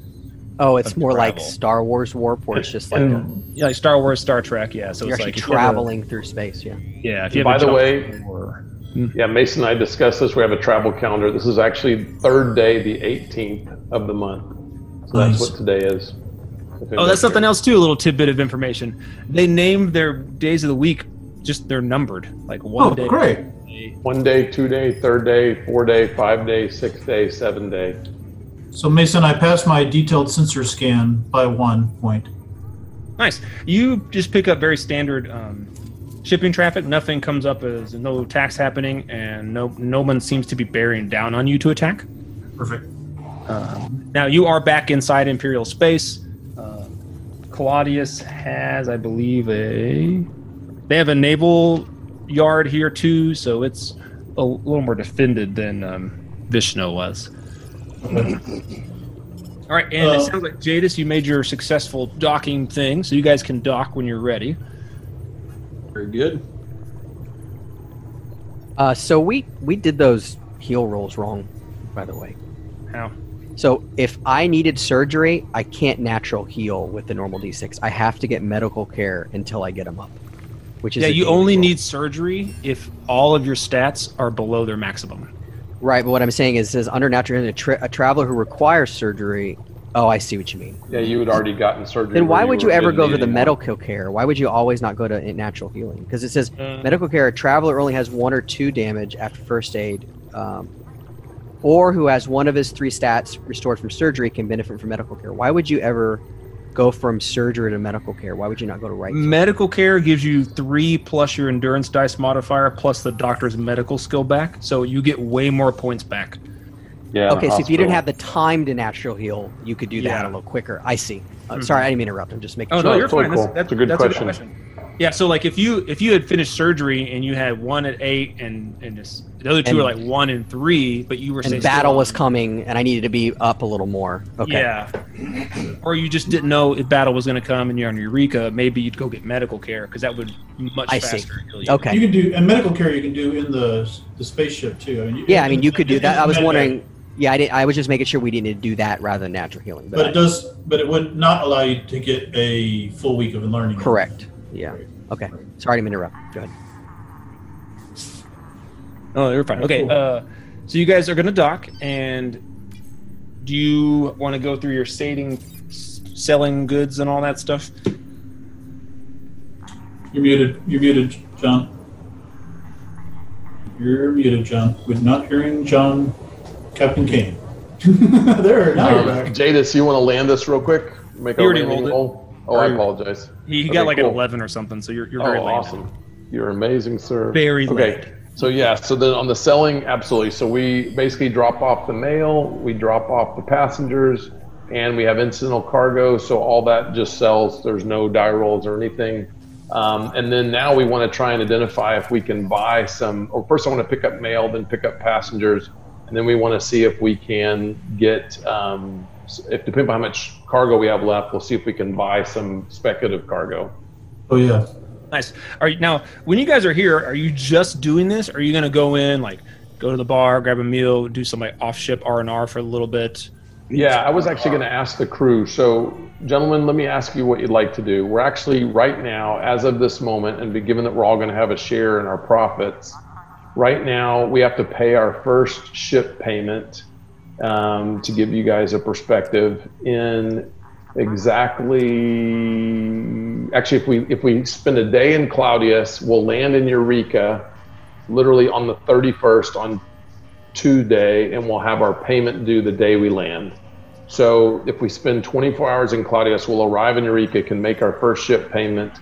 Speaker 6: Oh, it's more like
Speaker 3: Travel.
Speaker 6: Star Wars warp, where
Speaker 3: <laughs>
Speaker 6: it's just like a,
Speaker 3: Yeah, like Star Wars, Star Trek, yeah. So
Speaker 6: you're
Speaker 3: it's
Speaker 6: actually
Speaker 3: like if you have a-
Speaker 6: traveling through space. Yeah.
Speaker 3: yeah. If you have
Speaker 1: By
Speaker 3: a
Speaker 1: the
Speaker 3: jump
Speaker 1: way-
Speaker 3: or-
Speaker 1: Yeah, Mason and I discussed this. We have a travel calendar. This is actually third day, the 18th of the month. So that's
Speaker 4: Nice.
Speaker 1: what today is. If
Speaker 3: Oh, that's
Speaker 1: anybody's
Speaker 3: something else too. A little tidbit of information. They named their days of the week just they're numbered. Like one
Speaker 4: Oh,
Speaker 3: day.
Speaker 4: great.
Speaker 3: day.
Speaker 1: One day, two day, third day, four day, five day, six day, seven day.
Speaker 4: So Mason, I passed my detailed sensor scan by one point.
Speaker 3: Nice. You just pick up very standard um, shipping traffic. Nothing comes up as no attacks happening, and no no one seems to be bearing down on you to attack.
Speaker 4: Perfect.
Speaker 3: Now you are back inside Imperial space. Uh, Claudius has, I believe, a they have a naval yard here too, so it's a little more defended than um, Vishnu was. All right, and
Speaker 4: Uh,
Speaker 3: it sounds like Jadis, you made your successful docking thing, so you guys can dock when you're ready.
Speaker 2: Very good.
Speaker 6: Uh, so we we did those heel rolls wrong, by the way.
Speaker 3: How?
Speaker 6: So if I needed surgery, I can't natural heal with the normal D6. I have to get medical care until I get them up. Which is
Speaker 3: Yeah,
Speaker 6: a
Speaker 3: you
Speaker 6: daily
Speaker 3: only
Speaker 6: roll.
Speaker 3: need surgery if all of your stats are below their maximum.
Speaker 6: right. But what I'm saying is, says under natural healing, a, tra- a traveler who requires surgery. Oh, I see what you mean.
Speaker 1: Yeah, you had already gotten surgery.
Speaker 6: Then why
Speaker 1: where
Speaker 6: would you
Speaker 1: were
Speaker 6: ever
Speaker 1: getting
Speaker 6: go to the
Speaker 1: eating.
Speaker 6: medical care? Why would you always not go to in- natural healing? Because it says
Speaker 3: Uh,
Speaker 6: medical care: a traveler only has one or two damage after first aid, um, or who has one of his three stats restored from surgery can benefit from medical care. Why would you ever go from surgery to medical care? Why would you not go to right?
Speaker 3: Medical care gives you three plus your endurance dice modifier plus the doctor's medical skill back, so you get way more points back.
Speaker 1: Yeah.
Speaker 6: okay, so if you didn't have
Speaker 1: hospital.
Speaker 6: the time to natural heal, you could do
Speaker 3: Yeah.
Speaker 6: that a little quicker. I see. Uh,
Speaker 3: Mhm.
Speaker 6: Sorry, I didn't mean to interrupt. I'm just making.
Speaker 3: Oh
Speaker 6: sure.
Speaker 3: no,
Speaker 1: No,
Speaker 3: you're
Speaker 1: it's totally
Speaker 3: fine.
Speaker 1: cool.
Speaker 3: That's, that's,
Speaker 1: It's a good
Speaker 3: that's
Speaker 1: question.
Speaker 3: Yeah, so like if you if you had finished surgery and you had one at eight and and just, the other two
Speaker 6: And-
Speaker 3: were like one and three, but you were
Speaker 6: And
Speaker 3: say,
Speaker 6: battle
Speaker 3: still-
Speaker 6: was coming, and I needed to be up a little more. Okay.
Speaker 3: Yeah, or you just didn't know if battle was going to come and you're on Eureka. Maybe you'd go get medical care because that would much
Speaker 6: I see.
Speaker 3: faster. heal you.
Speaker 6: Okay.
Speaker 4: You can do and medical care. You can do in the the spaceship too. I mean, you,
Speaker 6: Yeah, I mean, you could do
Speaker 4: in-
Speaker 6: that.
Speaker 4: in
Speaker 6: I was
Speaker 4: med bay.
Speaker 6: wondering. Yeah, I, did, I was just making sure we didn't do that rather than natural healing.
Speaker 4: but
Speaker 6: But,
Speaker 4: it does. But it would not allow you to get a full week of learning.
Speaker 6: correct. Yeah. Okay. Sorry to interrupt. Go ahead.
Speaker 3: Oh, you're fine. Okay.
Speaker 4: Cool.
Speaker 3: Uh, so you guys are gonna dock, and do you want to go through your stating, s- selling goods and all that stuff?
Speaker 4: You're muted. You're muted, John. You're muted, John. We're not hearing John, Captain Kane. <laughs> there. Now you're
Speaker 1: Um,
Speaker 4: back.
Speaker 1: Jadis, you want to land this real quick? Make
Speaker 3: You
Speaker 1: a
Speaker 3: already
Speaker 1: landing
Speaker 3: rolled it.
Speaker 1: roll. Oh, I apologize.
Speaker 3: He
Speaker 1: Okay,
Speaker 3: got like
Speaker 1: cool.
Speaker 3: an eleven or something. So you're you're very
Speaker 1: Oh,
Speaker 3: late.
Speaker 1: awesome. You're amazing, sir.
Speaker 3: Very
Speaker 1: okay.
Speaker 3: late.
Speaker 1: So yeah, so then on the selling, absolutely. So we basically drop off the mail, we drop off the passengers, and we have incidental cargo. So all that just sells. There's no die rolls or anything. Um, and then now we want to try and identify if we can buy some. Or first, I want to pick up mail, then pick up passengers, and then we want to see if we can get. Um, s- if depending on how much cargo we have left, we'll see if we can buy some speculative cargo.
Speaker 4: Oh yeah.
Speaker 3: Nice. Are you, now when you guys are here, are you just doing this? Or are you gonna go in like go to the bar, grab a meal, do some like off ship R and R for a little bit?
Speaker 1: Yeah, I was actually going to ask the crew. So, gentlemen, let me ask you what you'd like to do. We're actually right now, as of this moment, and be- given that we're all going to have a share in our profits, right now we have to pay our first ship payment. Um, to give you guys a perspective, in exactly, actually, if we if we spend a day in Claudius, we'll land in Eureka, literally on the 31st on Tuesday, and we'll have our payment due the day we land. So if we spend 24 hours in Claudius, we'll arrive in Eureka, can make our first ship payment,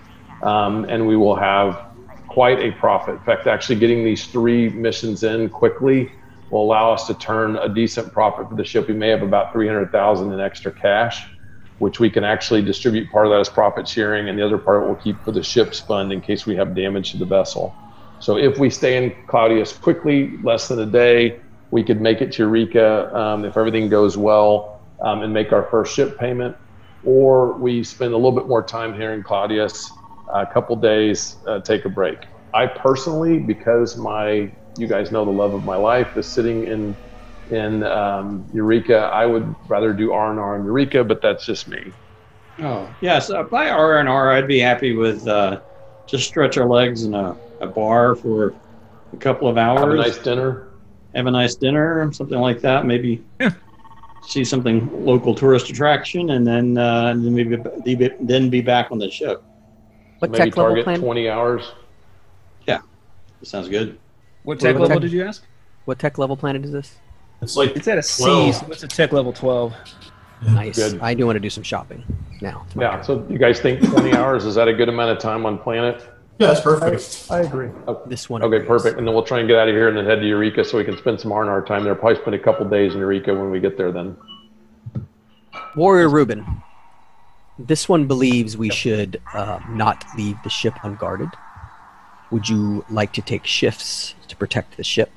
Speaker 1: um, and we will have quite a profit. In fact, actually getting these three missions in quickly will allow us to turn a decent profit for the ship. We may have about 300,000 in extra cash, which we can actually distribute part of that as profit sharing, and the other part we'll keep for the ship's fund in case we have damage to the vessel. So if we stay in Claudius quickly, less than a day, we could make it to Eureka um, if everything goes well um, and make our first ship payment. Or we spend a little bit more time here in Claudius, a couple days, uh, take a break. I personally, because my, you guys know the love of my life is sitting in in um, Eureka. I would rather do R and R in Eureka, but that's just me.
Speaker 2: Oh yes, uh, by R and R, I'd be happy with uh, just stretch our legs in a, a bar for a couple of hours,
Speaker 1: Have a nice dinner.
Speaker 2: have a nice dinner, something like that. Maybe see something local tourist attraction, and then uh, and then maybe be- then be back on the ship.
Speaker 6: What
Speaker 1: Maybe
Speaker 6: tech level
Speaker 1: target
Speaker 6: plan?
Speaker 1: 20 hours.
Speaker 2: Sounds good.
Speaker 3: What
Speaker 6: Well,
Speaker 3: tech level
Speaker 6: tech-
Speaker 3: did you ask?
Speaker 6: What tech level planet is this?
Speaker 4: It's like
Speaker 3: It's at a C,
Speaker 4: Well-
Speaker 3: so it's a tech level 12.
Speaker 6: Nice.
Speaker 1: Good.
Speaker 6: I do want to do some shopping now. It's my
Speaker 1: Yeah.
Speaker 6: turn.
Speaker 1: So you guys think 20 <laughs> hours is that a good amount of time on planet?
Speaker 4: yeah, it's
Speaker 5: I,
Speaker 4: perfect.
Speaker 5: I agree.
Speaker 6: This one.
Speaker 1: Okay,
Speaker 6: agrees.
Speaker 1: perfect. And then we'll try and get out of here and then head to Eureka so we can spend some R&R time there. Probably spend a couple days in Eureka when we get there then.
Speaker 6: Warrior Reuben. This one believes we should uh, not leave the ship unguarded. Would you like to take shifts to protect the ship?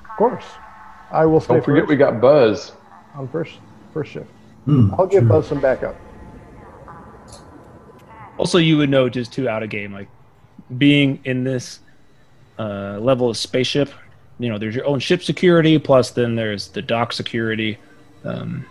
Speaker 5: Of course. I will stay
Speaker 1: Don't forget
Speaker 5: first
Speaker 1: we got Buzz.
Speaker 5: on first first shift.
Speaker 4: Hmm,
Speaker 5: I'll give
Speaker 4: sure.
Speaker 5: Buzz some backup.
Speaker 3: Also, you would know just too out of game, like being in this uh, level of spaceship. You know, there's your own ship security, plus then there's the dock security. Um,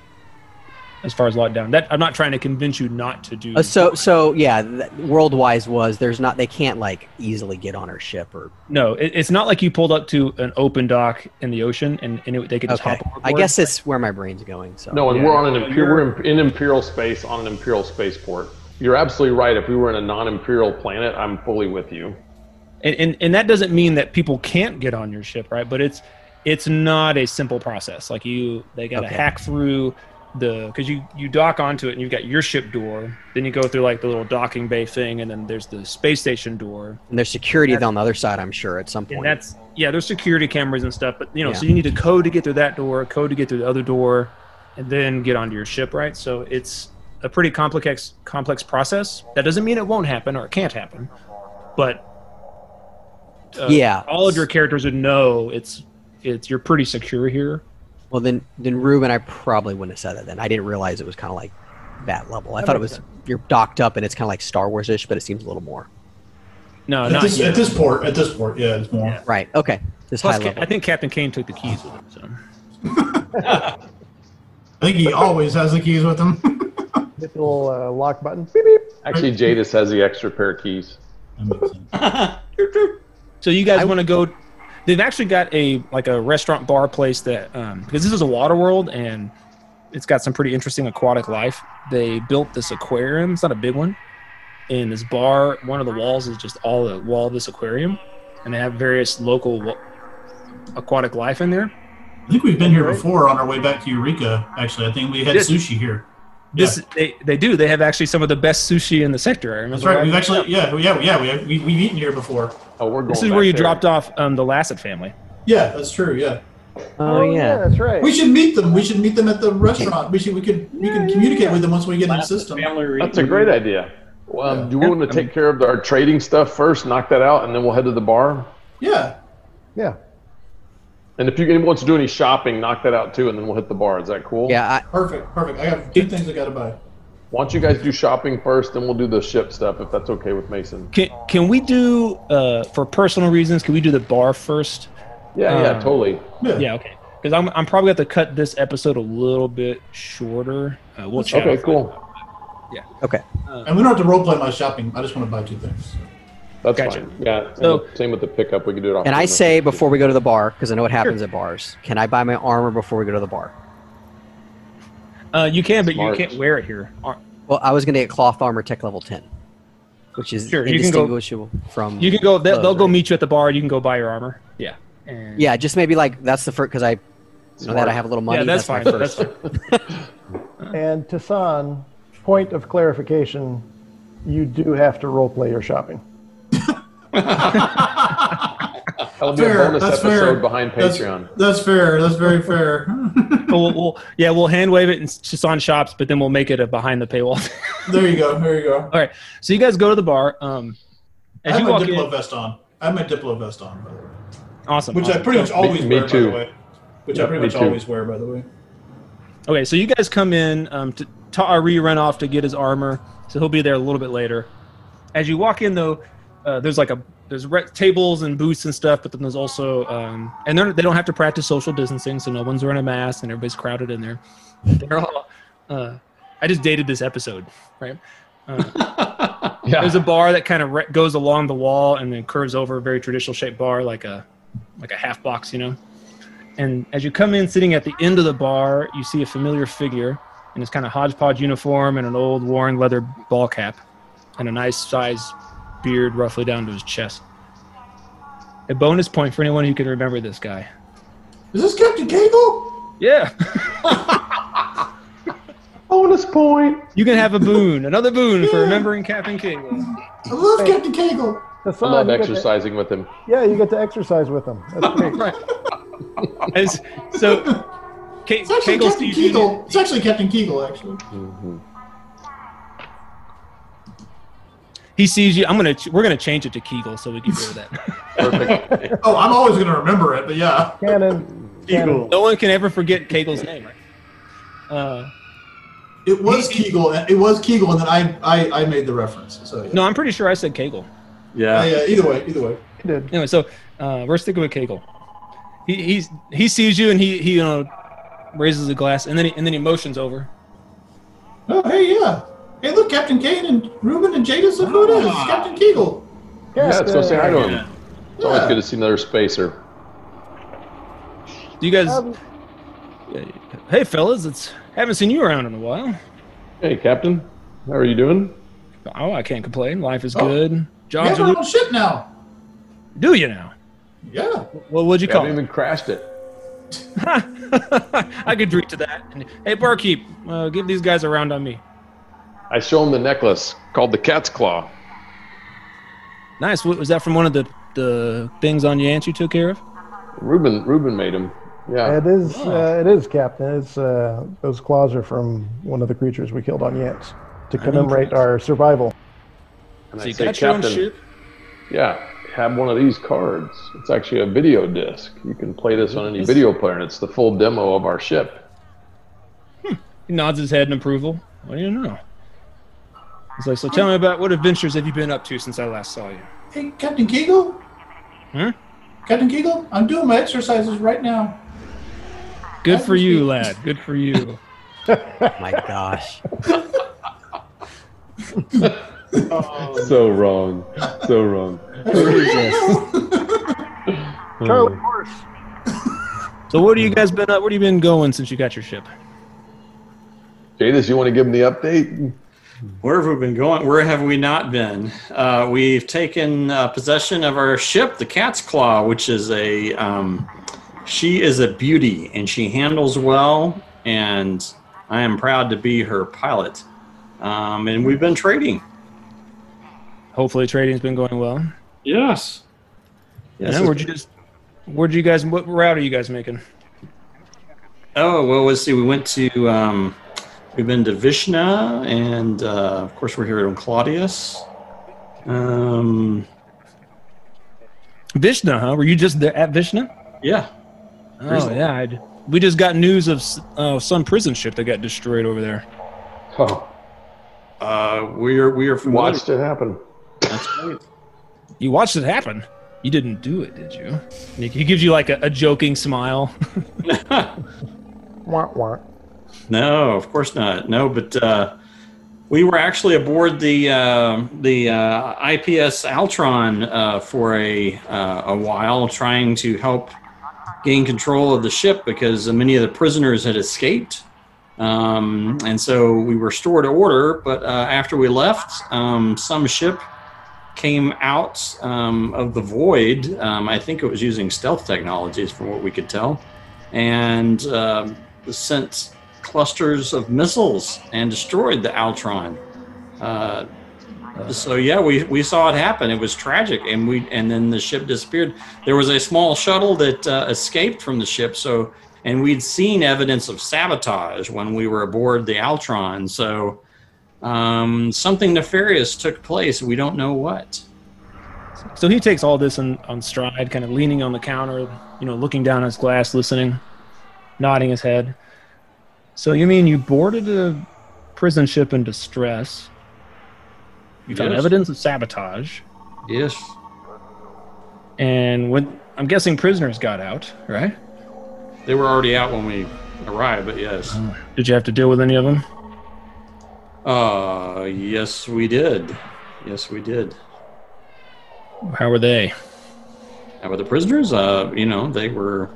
Speaker 3: as far as lockdown, that I'm not trying to convince you not to do.
Speaker 6: Uh, so, so yeah, th- worldwise was there's not they can't like easily get on our ship or
Speaker 3: no, it, it's not like you pulled up to an open dock in the ocean and, and it, they could just
Speaker 6: okay.
Speaker 3: hop overboard.
Speaker 6: I guess it's where my brain's going. So
Speaker 1: No, and
Speaker 3: Yeah.
Speaker 1: we're on an
Speaker 3: So
Speaker 1: imperial, we're in, in imperial space on an imperial spaceport. You're absolutely right. If we were in a non-imperial planet, I'm fully with you.
Speaker 3: and, and and that doesn't mean that people can't get on your ship right but it's it's not a simple process like you they got to
Speaker 6: Okay.
Speaker 3: hack through the because you you dock onto it and you've got your ship door then you go through like the little docking bay thing and then there's the space station door
Speaker 6: and there's security on the other side, I'm sure, at some
Speaker 3: and
Speaker 6: point.
Speaker 3: that's yeah there's security cameras and stuff but you know so
Speaker 6: Yeah.
Speaker 3: you need a code to get through that door a code to get through the other door and then get onto your ship right so it's a pretty complex complex process that doesn't mean it won't happen or it can't happen but uh,
Speaker 6: yeah.
Speaker 3: all of your characters would know it's it's you're pretty secure here.
Speaker 6: Well, then, then Ruben, I probably wouldn't have said that. Then I didn't realize it was kind of like that level. I
Speaker 5: That
Speaker 6: thought it
Speaker 5: makes
Speaker 6: was you're docked up and it's kind of like Star Wars ish, but it seems a little more.
Speaker 3: No,
Speaker 4: At
Speaker 3: not
Speaker 4: this,
Speaker 3: yet.
Speaker 4: at this port, at this port, yeah, it's more.
Speaker 3: Yeah.
Speaker 6: Right. Okay. This
Speaker 3: Plus,
Speaker 6: high
Speaker 3: Ca-
Speaker 6: level.
Speaker 3: I think Captain Kane took the keys with him. So.
Speaker 4: I think he always has the keys with him. <laughs>
Speaker 5: Hit the little uh, lock button. Beep, beep.
Speaker 1: Actually, Jadis has the extra pair of keys.
Speaker 4: That makes sense.
Speaker 3: So you guys want to go? They've actually got a like a restaurant bar place that um, because this is a water world and it's got some pretty interesting aquatic life. They built this aquarium. It's not a big one. In this bar, one of the walls is just all the wall of this aquarium, and they have various local wa- aquatic life in there.
Speaker 4: I think we've been here before on our way back to Eureka. Actually, I think we had
Speaker 3: Yes.
Speaker 4: sushi here.
Speaker 3: This they, they do. They have actually some of the best sushi in the sector. I remember.
Speaker 4: That's right.
Speaker 3: when I
Speaker 4: We've actually, yeah, yeah, yeah. We have, we, we've eaten here before.
Speaker 1: Oh, we're going.
Speaker 3: This is
Speaker 1: back
Speaker 3: where you
Speaker 1: there.
Speaker 3: dropped off um, the Lassett family.
Speaker 4: Yeah, that's true. Yeah,
Speaker 6: oh yeah.
Speaker 5: that's right.
Speaker 4: we should meet them. We should meet them at the restaurant. We should, we could, we can communicate with them once we get in the system.
Speaker 1: That's a great idea. Well, um, do we want to take care of our trading stuff first, knock that out, and then we'll head to the bar?
Speaker 4: Yeah,
Speaker 5: yeah.
Speaker 1: And if you anyone wants to do any shopping, knock that out too, and then we'll hit the bar. Is that cool?
Speaker 6: Yeah. I,
Speaker 4: perfect, perfect. I have two things I gotta buy.
Speaker 1: Why don't you guys do shopping first, then we'll do the ship stuff if that's okay with Mason.
Speaker 3: Can can we do uh, for personal reasons? Can we do the bar first?
Speaker 1: Yeah, yeah,
Speaker 3: Um,
Speaker 1: totally.
Speaker 3: Yeah, okay. Because I'm I'm probably going to cut this episode a little bit shorter. Uh, we'll chat.
Speaker 1: Okay, cool.
Speaker 6: okay.
Speaker 3: Uh.
Speaker 4: And we don't have to role play my shopping. I just want to buy two things.
Speaker 1: That's
Speaker 3: Gotcha.
Speaker 1: fine. Yeah. and
Speaker 3: So-
Speaker 1: the- same with the pickup. We can do it off.
Speaker 6: And I
Speaker 1: camera.
Speaker 6: say before we go to the bar because I know what happens at bars. Can I buy my armor before we go to the bar?
Speaker 3: Uh, you can, but
Speaker 1: Smart.
Speaker 3: you can't wear it here. Ar-
Speaker 6: Well, I was gonna get cloth armor tech level ten, which is
Speaker 3: Sure, you can go-
Speaker 6: indistinguishable from.
Speaker 3: You can go. They,
Speaker 6: clothes,
Speaker 3: they'll go
Speaker 6: right?
Speaker 3: meet you at the bar. You can go buy your armor. Yeah. And
Speaker 6: Yeah, just maybe like that's the first because I you know that I
Speaker 1: Smart.
Speaker 6: have a little money.
Speaker 3: Yeah, that's,
Speaker 6: my
Speaker 3: fine.
Speaker 6: first.
Speaker 3: That's fine.
Speaker 5: And Tassan, point of clarification, you do have to roleplay your shopping.
Speaker 1: That'll be a bonus episode behind
Speaker 4: That's-
Speaker 1: Patreon.
Speaker 4: That's, fair. That's very fair.
Speaker 3: <laughs> But we'll, we'll, yeah, we'll hand wave it and it's just on shops, but then we'll make it a behind the paywall. <laughs>
Speaker 4: there you go. There you go.
Speaker 3: All right. So you guys go to the bar. Um,
Speaker 4: I
Speaker 3: as
Speaker 4: have
Speaker 3: you
Speaker 4: my
Speaker 3: walk
Speaker 4: Diplo
Speaker 3: in,
Speaker 4: vest on. I have my Diplo vest on, by the way.
Speaker 3: awesome.
Speaker 4: Which I
Speaker 3: awesome.
Speaker 4: pretty much always
Speaker 1: Uh, me
Speaker 4: wear, by
Speaker 1: too.
Speaker 4: the way. Which
Speaker 1: Yeah,
Speaker 4: I pretty
Speaker 1: me
Speaker 4: much
Speaker 1: too.
Speaker 4: always wear, by the way.
Speaker 3: Okay, so you guys come in. Um, to, Ta'ari run off to get his armor, so he'll be there a little bit later. As you walk in, though, uh, there's like a there's re- tables and booths and stuff, but then there's also um, and they're, they don't have to practice social distancing, so no one's wearing a mask and everybody's crowded in there. They're all. Uh, I just dated this episode, right? Uh,
Speaker 1: Yeah.
Speaker 3: There's a bar that kind of re- goes along the wall and then curves over, a very traditional shaped bar, like a like a half box, you know. And as you come in, sitting at the end of the bar, you see a familiar figure in this kind of hodgepodge uniform and an old worn leather ball cap and a nice sized beard roughly down to his chest. A bonus point for anyone who can remember this guy.
Speaker 4: Is this Captain Cable? <laughs>
Speaker 3: Yeah.
Speaker 1: Bonus point.
Speaker 3: You can have a boon, another boon for remembering Captain King.
Speaker 4: I love Captain Cable.
Speaker 1: I
Speaker 5: Hassan,
Speaker 1: love
Speaker 5: you get to-
Speaker 1: exercising with him.
Speaker 5: yeah, you get to exercise with them.
Speaker 1: <laughs>
Speaker 5: That's great.
Speaker 3: Right. As- so, Kate,
Speaker 4: It's actually
Speaker 3: Kegel
Speaker 4: Captain
Speaker 3: sees you-
Speaker 4: Kegel. It's actually Captain Kegel, actually.
Speaker 3: he sees you. I'm gonna. ch- We're gonna change it to Kegel so we can get rid of that.
Speaker 1: Perfect.
Speaker 4: Oh, I'm always going to remember it, but yeah.
Speaker 5: Cannon. Cannon.
Speaker 3: no one can ever forget Kegel's name. Right? Uh,
Speaker 4: It was Kegel. It was Kegel, and then I, I, I made the reference. So yeah.
Speaker 3: no, I'm pretty sure I said Kegel.
Speaker 4: Yeah,
Speaker 7: Yeah.
Speaker 4: yeah, either way, either way.
Speaker 5: He did.
Speaker 3: Anyway, so uh, we're sticking with Kegel. He he's, he sees you and he he you know raises a glass and then he, and then he motions over.
Speaker 4: Oh, hey, yeah. Hey, look, Captain Kane and Ruben and Jadis, look who it is. It's Captain Kegel.
Speaker 1: yeah, let's go say hi to him. It's always
Speaker 4: Yeah.
Speaker 1: good to see another spacer.
Speaker 3: Do you guys?
Speaker 5: Um,
Speaker 3: hey fellas, it's haven't seen you around in a while.
Speaker 1: Hey, Captain. How are you doing?
Speaker 3: Oh, I can't complain. Life is
Speaker 4: Oh.
Speaker 3: good.
Speaker 4: We
Speaker 3: Jobs
Speaker 4: have
Speaker 3: are
Speaker 4: our
Speaker 3: lo-
Speaker 4: own ship now.
Speaker 3: do you now?
Speaker 4: Yeah.
Speaker 3: Well, what'd you
Speaker 1: We
Speaker 3: call
Speaker 1: haven't
Speaker 3: it?
Speaker 1: even crashed it.
Speaker 3: <laughs> I could drink to that. And, hey, barkeep, uh, give these guys a round on me.
Speaker 1: I show him the necklace called the cat's claw.
Speaker 3: Nice. What, was that from one of the, the things on your aunt you took care of?
Speaker 1: Ruben, Ruben made him. Yeah.
Speaker 5: It is. Uh, it is, Captain. It's uh, those claws are from one of the creatures we killed on Yance to commemorate our survival.
Speaker 1: And
Speaker 3: So
Speaker 1: I
Speaker 3: you
Speaker 1: say,
Speaker 3: got your own
Speaker 1: Captain,
Speaker 3: ship.
Speaker 1: yeah, have one of these cards. It's actually a video disc. You can play this on any video player, and it's the full demo of our ship.
Speaker 3: He nods his head in approval. What do you know? He's like, so tell me about what adventures have you been up to since I last saw you?
Speaker 4: Hey, Captain Kegel.
Speaker 3: Hmm?
Speaker 4: Captain Kegel, I'm doing my exercises right now.
Speaker 3: Good for you, lad. Good for you.
Speaker 6: My gosh.
Speaker 1: So wrong. So wrong.
Speaker 5: Charlie Horse.
Speaker 3: so, what have you guys been up? Where have you been going since you got your ship?
Speaker 1: <laughs> Jadis, you want to give him the update?
Speaker 2: Where have we been going? Where have we not been? Uh, we've taken uh, possession of our ship, the Cat's Claw, which is a. Um, she is a beauty and she handles well, and I am proud to be her pilot. Um, and we've been trading.
Speaker 3: Hopefully, trading's been going well.
Speaker 2: Yes. Yes.
Speaker 3: Yeah, where'd you just, where'd you guys, what route are you guys making?
Speaker 2: Oh well, let's see. We went to um, we've been to Vishna, and uh, of course we're here on Claudius. Um,
Speaker 3: Vishna, huh? Were you just there at Vishna?
Speaker 2: yeah,
Speaker 3: Oh yeah, I'd, we just got news of s- uh, some prison ship that got destroyed over there.
Speaker 1: Oh,
Speaker 2: uh, we are we are from
Speaker 1: watched it happen.
Speaker 2: That's right.
Speaker 3: You watched it happen. You didn't do it, did you? Nick, he gives you like a, a joking smile.
Speaker 5: Wah, wah.
Speaker 2: No, of course not. No, but uh, we were actually aboard the uh, the uh, IPS Altron uh, for a uh, a while, trying to help gain control of the ship because many of the prisoners had escaped, um, and so we were stored to order. But uh, after we left, um, some ship came out um, of the void. Um, I think it was using stealth technologies, from what we could tell, and um sent clusters of missiles and destroyed the Altron. Uh, so yeah, we, we saw it happen. It was tragic, and we and then the ship disappeared. There was a small shuttle that uh, escaped from the ship. So and we'd seen evidence of sabotage when we were aboard the Altron. So um, something nefarious took place. We don't know what.
Speaker 3: so he takes all this on, on stride, kind of leaning on the counter, you know, looking down at his glass, listening, nodding his head. So you mean you boarded a prison ship in distress? You found
Speaker 2: Yes.
Speaker 3: evidence of sabotage,
Speaker 2: Yes.
Speaker 3: and when I'm guessing prisoners got out, right?
Speaker 2: They were already out when we arrived, but yes.
Speaker 3: Did you have to deal with any of them?
Speaker 2: Uh, yes, we did. Yes, we did.
Speaker 3: How were they?
Speaker 2: Now, with the prisoners, uh, you know, they were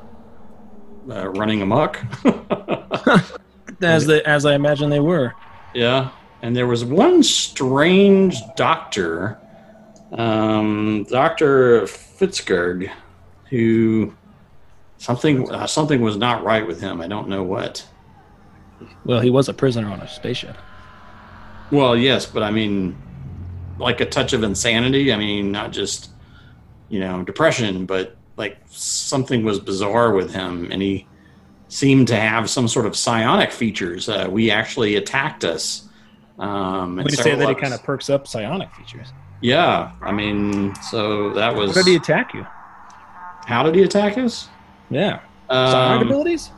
Speaker 2: uh, running amok. <laughs>
Speaker 3: as the as I imagine they were.
Speaker 2: yeah, and there was one strange doctor, um, Doctor Fitzgerg, who something uh, something was not right with him. I don't know what.
Speaker 3: Well, he was a prisoner on a spaceship.
Speaker 2: Well, yes, but I mean, like a touch of insanity. I mean, not just you know depression, but like something was bizarre with him, and he seemed to have some sort of psionic features. Uh, we actually attacked us. Um, and
Speaker 3: Would you say
Speaker 2: several
Speaker 3: that he
Speaker 2: others.
Speaker 3: kind of perks up psionic features?
Speaker 2: Yeah, I mean, so that was.
Speaker 3: How did he attack you?
Speaker 2: how did he attack us?
Speaker 3: Yeah, psionic
Speaker 2: Um,
Speaker 3: abilities.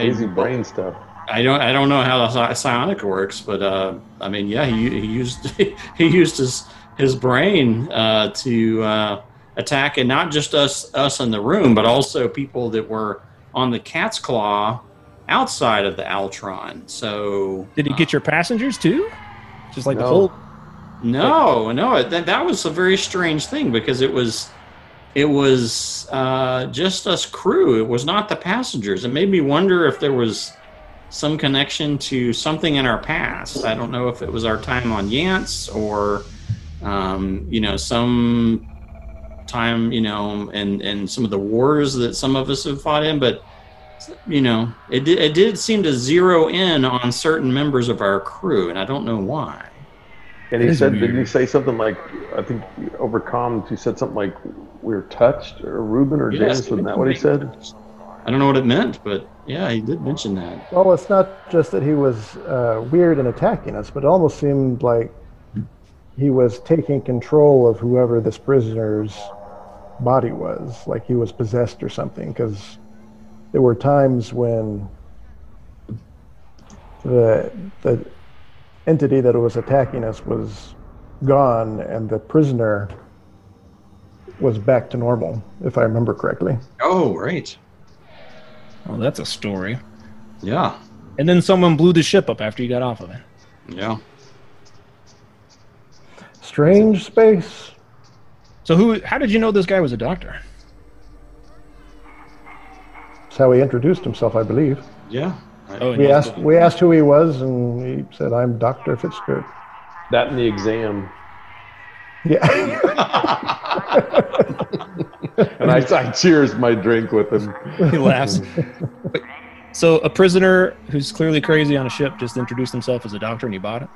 Speaker 1: Easy
Speaker 2: I,
Speaker 1: brain stuff.
Speaker 2: I don't I don't know how the psi- psionic works, but uh, I mean, yeah, he, he used <laughs> he used his his brain uh, to uh, attack, and not just us us in the room, but also people that were on the cat's claw outside of the Altron. So
Speaker 3: Did he get your passengers too? Just like the
Speaker 1: No.
Speaker 3: whole.
Speaker 2: No, no, it- that that was a very strange thing because it was, it was uh, just us crew. It was not the passengers. It made me wonder if there was some connection to something in our past. I don't know if it was our time on Yance or, um, you know, some time, you know, and and some of the wars that some of us have fought in, but. You know, it did, it did seem to zero in on certain members of our crew, and I don't know why.
Speaker 1: And he
Speaker 3: It's
Speaker 1: said, did he
Speaker 3: weird.
Speaker 1: say something like, I think over comms, he said something like, we are touched, or Ruben or
Speaker 2: Yes.
Speaker 1: James? Wasn't that what he said?
Speaker 2: I don't know what it meant, but yeah, he did mention that.
Speaker 5: Well, it's not just that he was uh, weird and attacking us, but it almost seemed like he was taking control of whoever this prisoner's body was, like he was possessed or something. Because there were times when the the entity that was attacking us was gone, and the prisoner was back to normal, if I remember correctly.
Speaker 2: Oh, right.
Speaker 3: Oh, that's a story.
Speaker 2: Yeah.
Speaker 3: And then someone blew the ship up after you got off of it.
Speaker 2: Yeah.
Speaker 5: Strange space.
Speaker 3: So who? How did you know this guy was a doctor? <laughs>
Speaker 5: That's how he introduced himself, I believe.
Speaker 2: Yeah. I-
Speaker 3: Oh, and
Speaker 5: We
Speaker 3: he-
Speaker 5: asked we asked who he was, and he said, "I'm Doctor Fitzgerald." <laughs>
Speaker 1: That in the exam.
Speaker 5: Yeah, <laughs>
Speaker 1: And I, I cheers my drink with him.
Speaker 3: he laughs. But- So a prisoner who's clearly crazy on a ship just introduced himself as a doctor, and you bought it.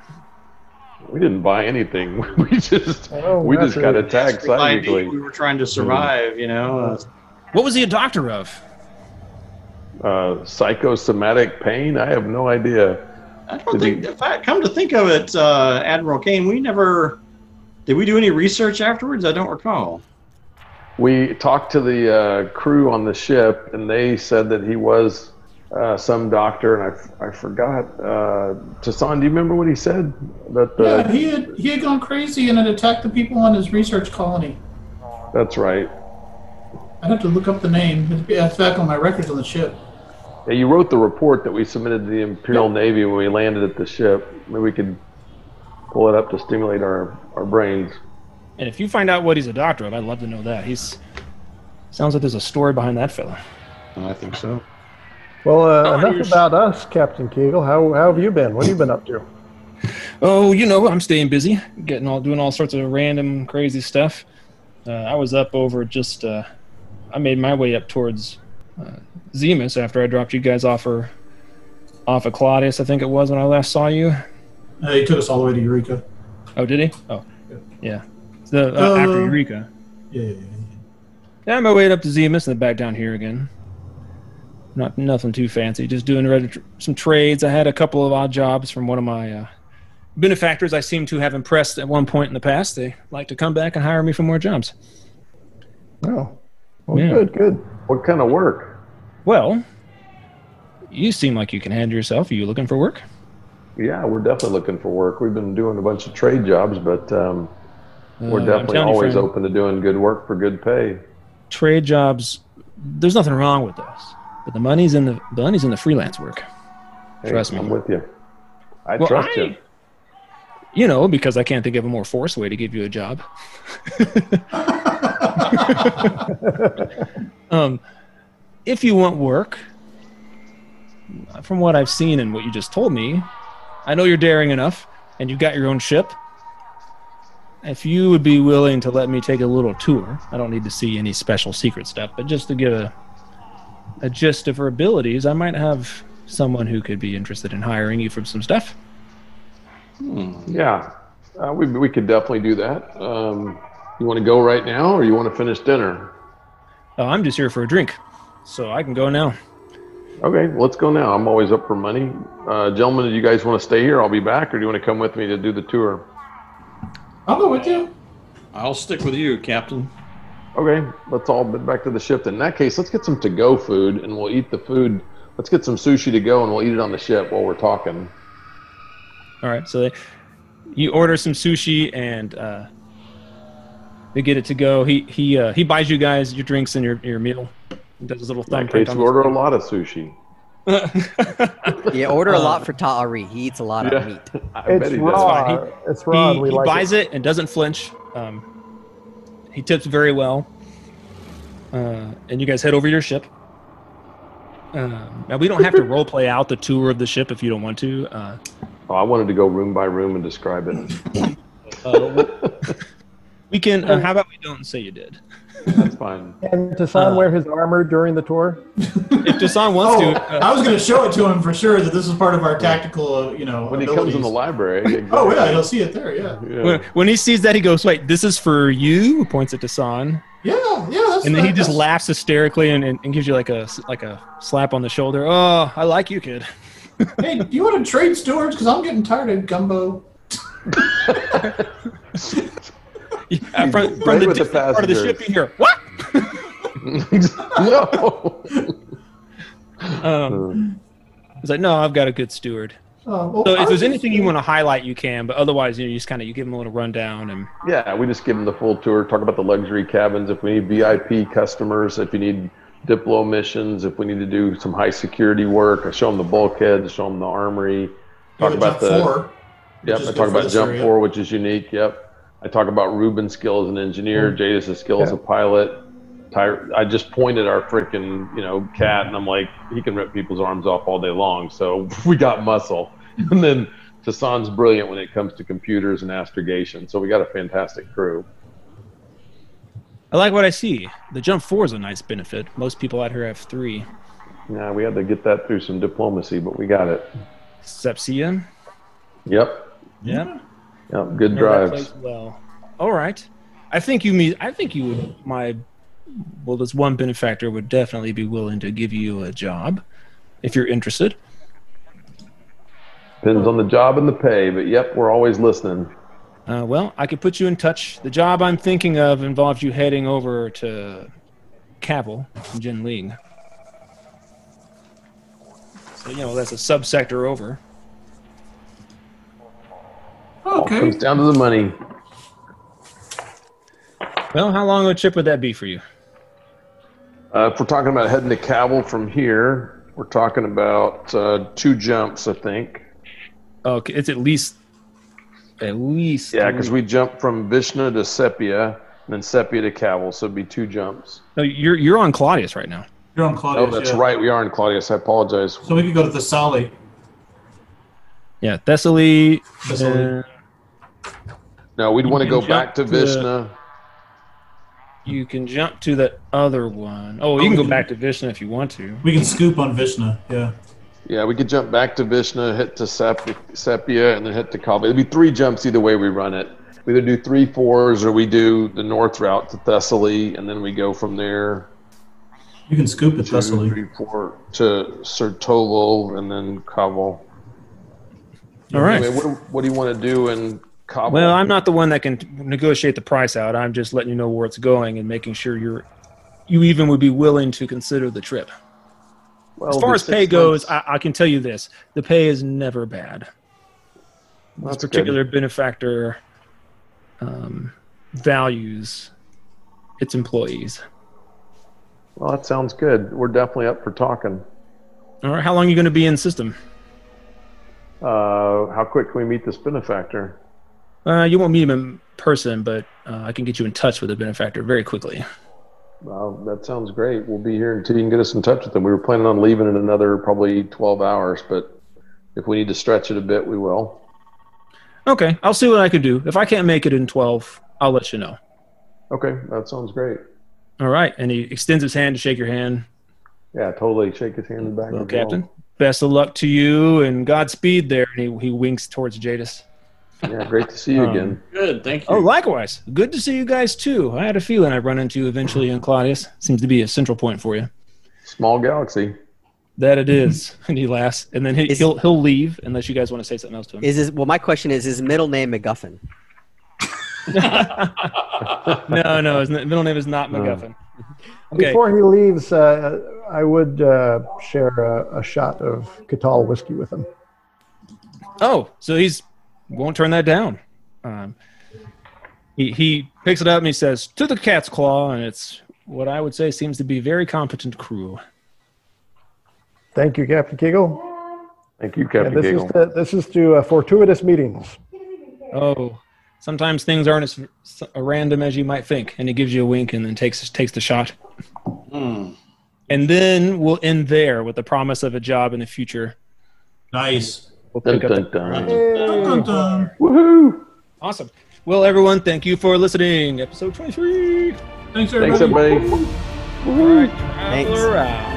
Speaker 1: We didn't buy anything. <laughs> We just
Speaker 5: Oh,
Speaker 1: we
Speaker 5: that's
Speaker 1: just got
Speaker 5: right.
Speaker 1: attacked psychically.
Speaker 2: We were trying
Speaker 1: hmm.
Speaker 2: to survive, you know. uh,
Speaker 3: What was he a doctor of?
Speaker 1: Uh, psychosomatic pain. I have no idea.
Speaker 2: I don't
Speaker 1: Did
Speaker 2: think.
Speaker 1: he-
Speaker 2: In fact, come to think of it, uh, Admiral Kane, we never did. We do any research afterwards? I don't recall.
Speaker 1: We talked to the uh, crew on the ship, and they said that he was uh, some doctor, and I, f- I forgot. Uh, Tassan, do you remember what he said? That uh,
Speaker 4: Yeah, he had he had gone crazy and had attacked the people on his research colony.
Speaker 1: that's right.
Speaker 4: I'd have to look up the name. It'd be- It's back on my records on the ship.
Speaker 1: Yeah, you wrote the report that we submitted to the Imperial Navy when we landed at the ship. Maybe we could pull it up to stimulate our, our brains.
Speaker 3: And if you find out what he's a doctor of, I'd love to know that. He's sounds like there's a story behind that fella.
Speaker 2: I think so.
Speaker 5: well, uh,
Speaker 3: Oh,
Speaker 5: enough
Speaker 3: here's-
Speaker 5: about us, Captain Kegel. How how have you been? What have you been up to?
Speaker 3: Oh, you know, I'm staying busy, getting all doing all sorts of random crazy stuff. Uh, I was up over just. Uh, I made my way up towards uh, Zemus after I dropped you guys off or off of Claudius. I think it was when I last saw you.
Speaker 4: Uh, he took us all the way to Eureka.
Speaker 3: Oh, did he? Oh, yeah. The uh, after
Speaker 4: Uh,
Speaker 3: Eureka.
Speaker 4: Yeah, yeah, yeah.
Speaker 3: Yeah, my way up to Zemus and then back down here again. Not nothing too fancy. Just doing reg- some trades. I had a couple of odd jobs from one of my uh, benefactors. I seem to have impressed at one point in the past. They like to come back and hire me for more jobs.
Speaker 5: Oh, well,
Speaker 3: Yeah.
Speaker 5: good, good.
Speaker 1: What kind of work?
Speaker 3: Well, you seem like you can handle yourself. Are you looking for work?
Speaker 1: Yeah, we're definitely looking for work. We've been doing a bunch of trade jobs, but um,
Speaker 3: Uh,
Speaker 1: we're
Speaker 3: I'm
Speaker 1: definitely
Speaker 3: telling you,
Speaker 1: always
Speaker 3: friend,
Speaker 1: open to doing good work for good pay.
Speaker 3: Trade jobs. There's nothing wrong with those, but the money's in the, the money's in the freelance work.
Speaker 1: Hey,
Speaker 3: Trust me.
Speaker 1: I'm with you. I
Speaker 3: Well,
Speaker 1: trust
Speaker 3: I-
Speaker 1: you.
Speaker 3: You know, because I can't think of a more forced way to give you a job. <laughs> um, if you want work, from what I've seen and what you just told me, I know you're daring enough and you've got your own ship. If you would be willing to let me take a little tour, I don't need to see any special secret stuff, but just to get a a gist of her abilities, I might have someone who could be interested in hiring you from some stuff.
Speaker 1: Yeah, uh, we we could definitely do that. Um, you want to go right now, or you want to finish dinner?
Speaker 3: Oh, I'm just here for a drink, so I can go now.
Speaker 1: Okay, let's go now. I'm always up for money. Uh, gentlemen, do you guys want to stay here? I'll be back, or do you want to come with me to do the tour?
Speaker 4: I'll go with you.
Speaker 2: I'll stick with you, Captain.
Speaker 1: Okay, let's all get back to the ship. In that case, let's get some to go food and we'll eat the food. Let's get some sushi to go and we'll eat it on the ship while we're talking.
Speaker 3: All right, so they, you order some sushi and uh, they get it to go. He he uh, he buys you guys your drinks and your, your meal. He does his little
Speaker 1: In that
Speaker 3: thumbprint
Speaker 1: case,
Speaker 3: on
Speaker 1: we order a lot of sushi.
Speaker 3: his-
Speaker 6: Yeah, order a lot for Ta'ari. He eats a lot of meat.
Speaker 1: <laughs> I bet
Speaker 5: It's
Speaker 1: he does.
Speaker 5: raw.
Speaker 3: That's
Speaker 5: it's raw.
Speaker 3: he,
Speaker 5: and we
Speaker 3: he
Speaker 5: like
Speaker 3: buys it. and doesn't flinch. Um, he tips very well. Uh, and you guys head over to your ship. Um, now we don't have to role play out the tour of the ship if you don't want to. Uh,
Speaker 1: Oh, I wanted to go room by room and describe it.
Speaker 3: uh, <laughs> we can. Uh, how about we don't say you did?
Speaker 1: That's fine.
Speaker 5: Can Tassan
Speaker 3: Uh,
Speaker 5: wear his armor during the tour?
Speaker 3: If Dasan wants
Speaker 4: Oh,
Speaker 3: to, uh,
Speaker 4: I was going to show it to him for sure that this is part of our tactical, uh, you know,
Speaker 1: When he
Speaker 4: abilities.
Speaker 1: comes in the
Speaker 4: <laughs>
Speaker 1: library.
Speaker 4: Oh yeah, he'll see it there. Yeah,
Speaker 1: yeah.
Speaker 3: when, when he sees that, he goes, "Wait, this is for you." Points at Dasan,
Speaker 4: yeah, yeah. That's
Speaker 3: and then he just
Speaker 4: that's-
Speaker 3: laughs hysterically and, and, and gives you like a s- like a slap on the shoulder. Oh, I like you, kid. <laughs>
Speaker 4: Hey, do you want to trade stewards? Because I'm getting tired of gumbo.
Speaker 3: Yeah, from,
Speaker 1: right
Speaker 3: from the
Speaker 1: with the
Speaker 3: different part of the
Speaker 1: passengers.
Speaker 3: ship, you hear what?
Speaker 1: <laughs> no. Hmm.
Speaker 3: Um, he's like, no, I've got a good steward.
Speaker 4: Uh, well,
Speaker 3: So if there's
Speaker 4: ours-
Speaker 3: anything you want to highlight, you can. But otherwise, you, know, you just kind of you give him a little rundown and
Speaker 1: Yeah, we just give them the full tour, talk about the luxury cabins, if we need VIP customers, if you need diplo missions, if we need to do some high security work, I show them the bulkheads, show them the armory, talk
Speaker 4: go to
Speaker 1: about
Speaker 4: Jump
Speaker 1: the
Speaker 4: Four.
Speaker 1: yep,
Speaker 4: is
Speaker 1: I
Speaker 4: good
Speaker 1: talk
Speaker 4: for
Speaker 1: about
Speaker 4: this
Speaker 1: jump
Speaker 4: area.
Speaker 1: four, which is unique. Yep, I talk about Ruben's skill as an engineer,
Speaker 3: Mm.
Speaker 1: Jada's skill as a pilot. Ty- I just pointed our freaking you know cat, and I'm like, he can rip people's arms off all day long, so <laughs> we got muscle. <laughs> and then Tassan's brilliant when it comes to computers and astrogation, so we got a fantastic crew.
Speaker 3: I like what I see. The jump four is a nice benefit. Most people out here have three.
Speaker 1: Yeah, we had to get that through some diplomacy, but we got it.
Speaker 3: Sepsia.
Speaker 1: Yep.
Speaker 3: Yeah.
Speaker 1: Yep. Good
Speaker 3: Know that
Speaker 1: drives.
Speaker 3: place well. All right. I think you mean. I think you would. My well, this one benefactor would definitely be willing to give you a job if you're interested.
Speaker 1: Depends on the job and the pay, but yep, we're always listening.
Speaker 3: Uh, well, I could put you in touch. The job I'm thinking of involves you heading over to Cavil, Jin Ling. So, you know, that's a subsector over.
Speaker 4: Okay.
Speaker 1: Comes down to the money.
Speaker 3: Well, how long of a trip would that be for you?
Speaker 1: Uh, if we're talking about heading to Cabell from here, we're talking about uh, two jumps, I think.
Speaker 3: Okay, Oh, it's at least. At least.
Speaker 1: Yeah, because we jump from Vishnu to Sepia, and then Sepia to Cabell, so it'd be two jumps.
Speaker 3: No, you're, you're on Claudius right now.
Speaker 4: You're on Claudius.
Speaker 1: Oh, that's
Speaker 4: yeah.
Speaker 1: right. We are in Claudius. I apologize.
Speaker 4: So we could go to the Sally.
Speaker 3: Yeah, Thessaly.
Speaker 4: Thessaly.
Speaker 3: uh,
Speaker 1: No, we'd
Speaker 3: You
Speaker 1: want to
Speaker 3: can
Speaker 1: go
Speaker 3: jump
Speaker 1: back to
Speaker 3: to-
Speaker 1: Vishnu.
Speaker 3: you can jump to the other one. Oh, you
Speaker 4: we
Speaker 3: can go
Speaker 4: can-
Speaker 3: back to Vishnu if you want to.
Speaker 4: We can scoop on Vishnu. Yeah.
Speaker 1: Yeah, we could jump back to Vishnu, hit to Sep- Sepia, and then hit to Kava. It'd be three jumps either way we run it. We either do three fours or we do the north route to Thessaly, and then we go from there
Speaker 4: You can scoop at
Speaker 1: two,
Speaker 4: Thessaly.
Speaker 1: three, four, to Sertolo, and then Kabul.
Speaker 3: All right.
Speaker 1: Anyway, what, do- what do you want to do in Kabul?
Speaker 3: Well, I'm not the one that can negotiate the price out. I'm just letting you know where it's going and making sure you're you even would be willing to consider the trip. As far as pay goes, I, I can tell you this: the pay is never bad. This
Speaker 1: That's good.
Speaker 3: particular benefactor um, values its employees.
Speaker 1: well, that sounds good. We're definitely up for talking.
Speaker 3: All right, how long are you going to be in system?
Speaker 1: Uh, how quick can we meet this benefactor?
Speaker 3: Uh, you won't meet him in person, but uh, I can get you in touch with the benefactor very quickly.
Speaker 1: Well, that sounds great. We'll be here until you can get us in touch with them. We were planning on leaving in another probably 12 hours, but if we need to stretch it a bit, we will.
Speaker 3: Okay, I'll see what I can do. If I can't make it in 12, I'll let you know.
Speaker 1: Okay, that sounds great.
Speaker 3: All right. And he extends his hand to shake your hand.
Speaker 1: Yeah, totally. Shake his hand back.
Speaker 3: Well,
Speaker 1: as
Speaker 3: Captain, best of luck to you and Godspeed there. And he, he winks towards Jadis.
Speaker 1: Yeah, great to see you
Speaker 3: Um,
Speaker 1: again.
Speaker 2: Good. Thank you.
Speaker 3: Oh, likewise. Good to see you guys too. I had a feeling I'd run into you eventually in Claudius. Seems to be a central point for you.
Speaker 1: Small galaxy.
Speaker 3: That it
Speaker 6: <laughs>
Speaker 3: is. and he laughs, and then he,
Speaker 6: Is-
Speaker 3: he'll he'll leave unless you guys want to say something else to him.
Speaker 6: Is his well? My question is: Is middle name MacGuffin?
Speaker 3: <laughs> no, no, his n- middle name is not
Speaker 1: No.
Speaker 3: MacGuffin. Okay.
Speaker 5: Before he leaves, uh, I would uh, share a, a shot of Catal whiskey with him.
Speaker 3: oh, so he's won't turn that down. Um, he he picks it up and he says to the cat's claw, and it's what I would say seems to be very competent crew.
Speaker 5: Thank you, Captain Kegel.
Speaker 1: Thank you,
Speaker 5: And
Speaker 1: Captain
Speaker 5: this is
Speaker 1: Giggle.
Speaker 5: to, this is to uh, fortuitous meetings.
Speaker 3: Oh, sometimes things aren't as s- random as you might think. And he gives you a wink and then takes takes the shot.
Speaker 2: Hmm.
Speaker 3: And then we'll end there with the promise of a job in the future.
Speaker 4: Nice.
Speaker 3: We'll
Speaker 1: Dun,
Speaker 3: pick up
Speaker 1: dun,
Speaker 3: the-
Speaker 1: dun.
Speaker 4: Dun, dun, dun.
Speaker 1: Woohoo!
Speaker 3: Awesome. Well, everyone, thank you for listening. Episode 23.
Speaker 4: Thanks,
Speaker 1: Thanks,
Speaker 4: everybody.
Speaker 1: everybody.
Speaker 3: All right,
Speaker 6: Thanks.
Speaker 3: traveler out.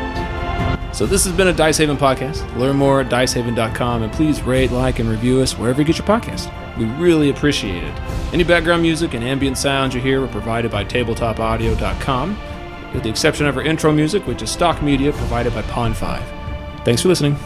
Speaker 3: So this has been a Dice Haven podcast. Learn more at dicehaven.com and please rate, like, and review us wherever you get your podcast. We really appreciate it. Any background music and ambient sounds you hear are provided by tabletopaudio.com, with the exception of our intro music, which is stock media provided by Pond5. Thanks for listening.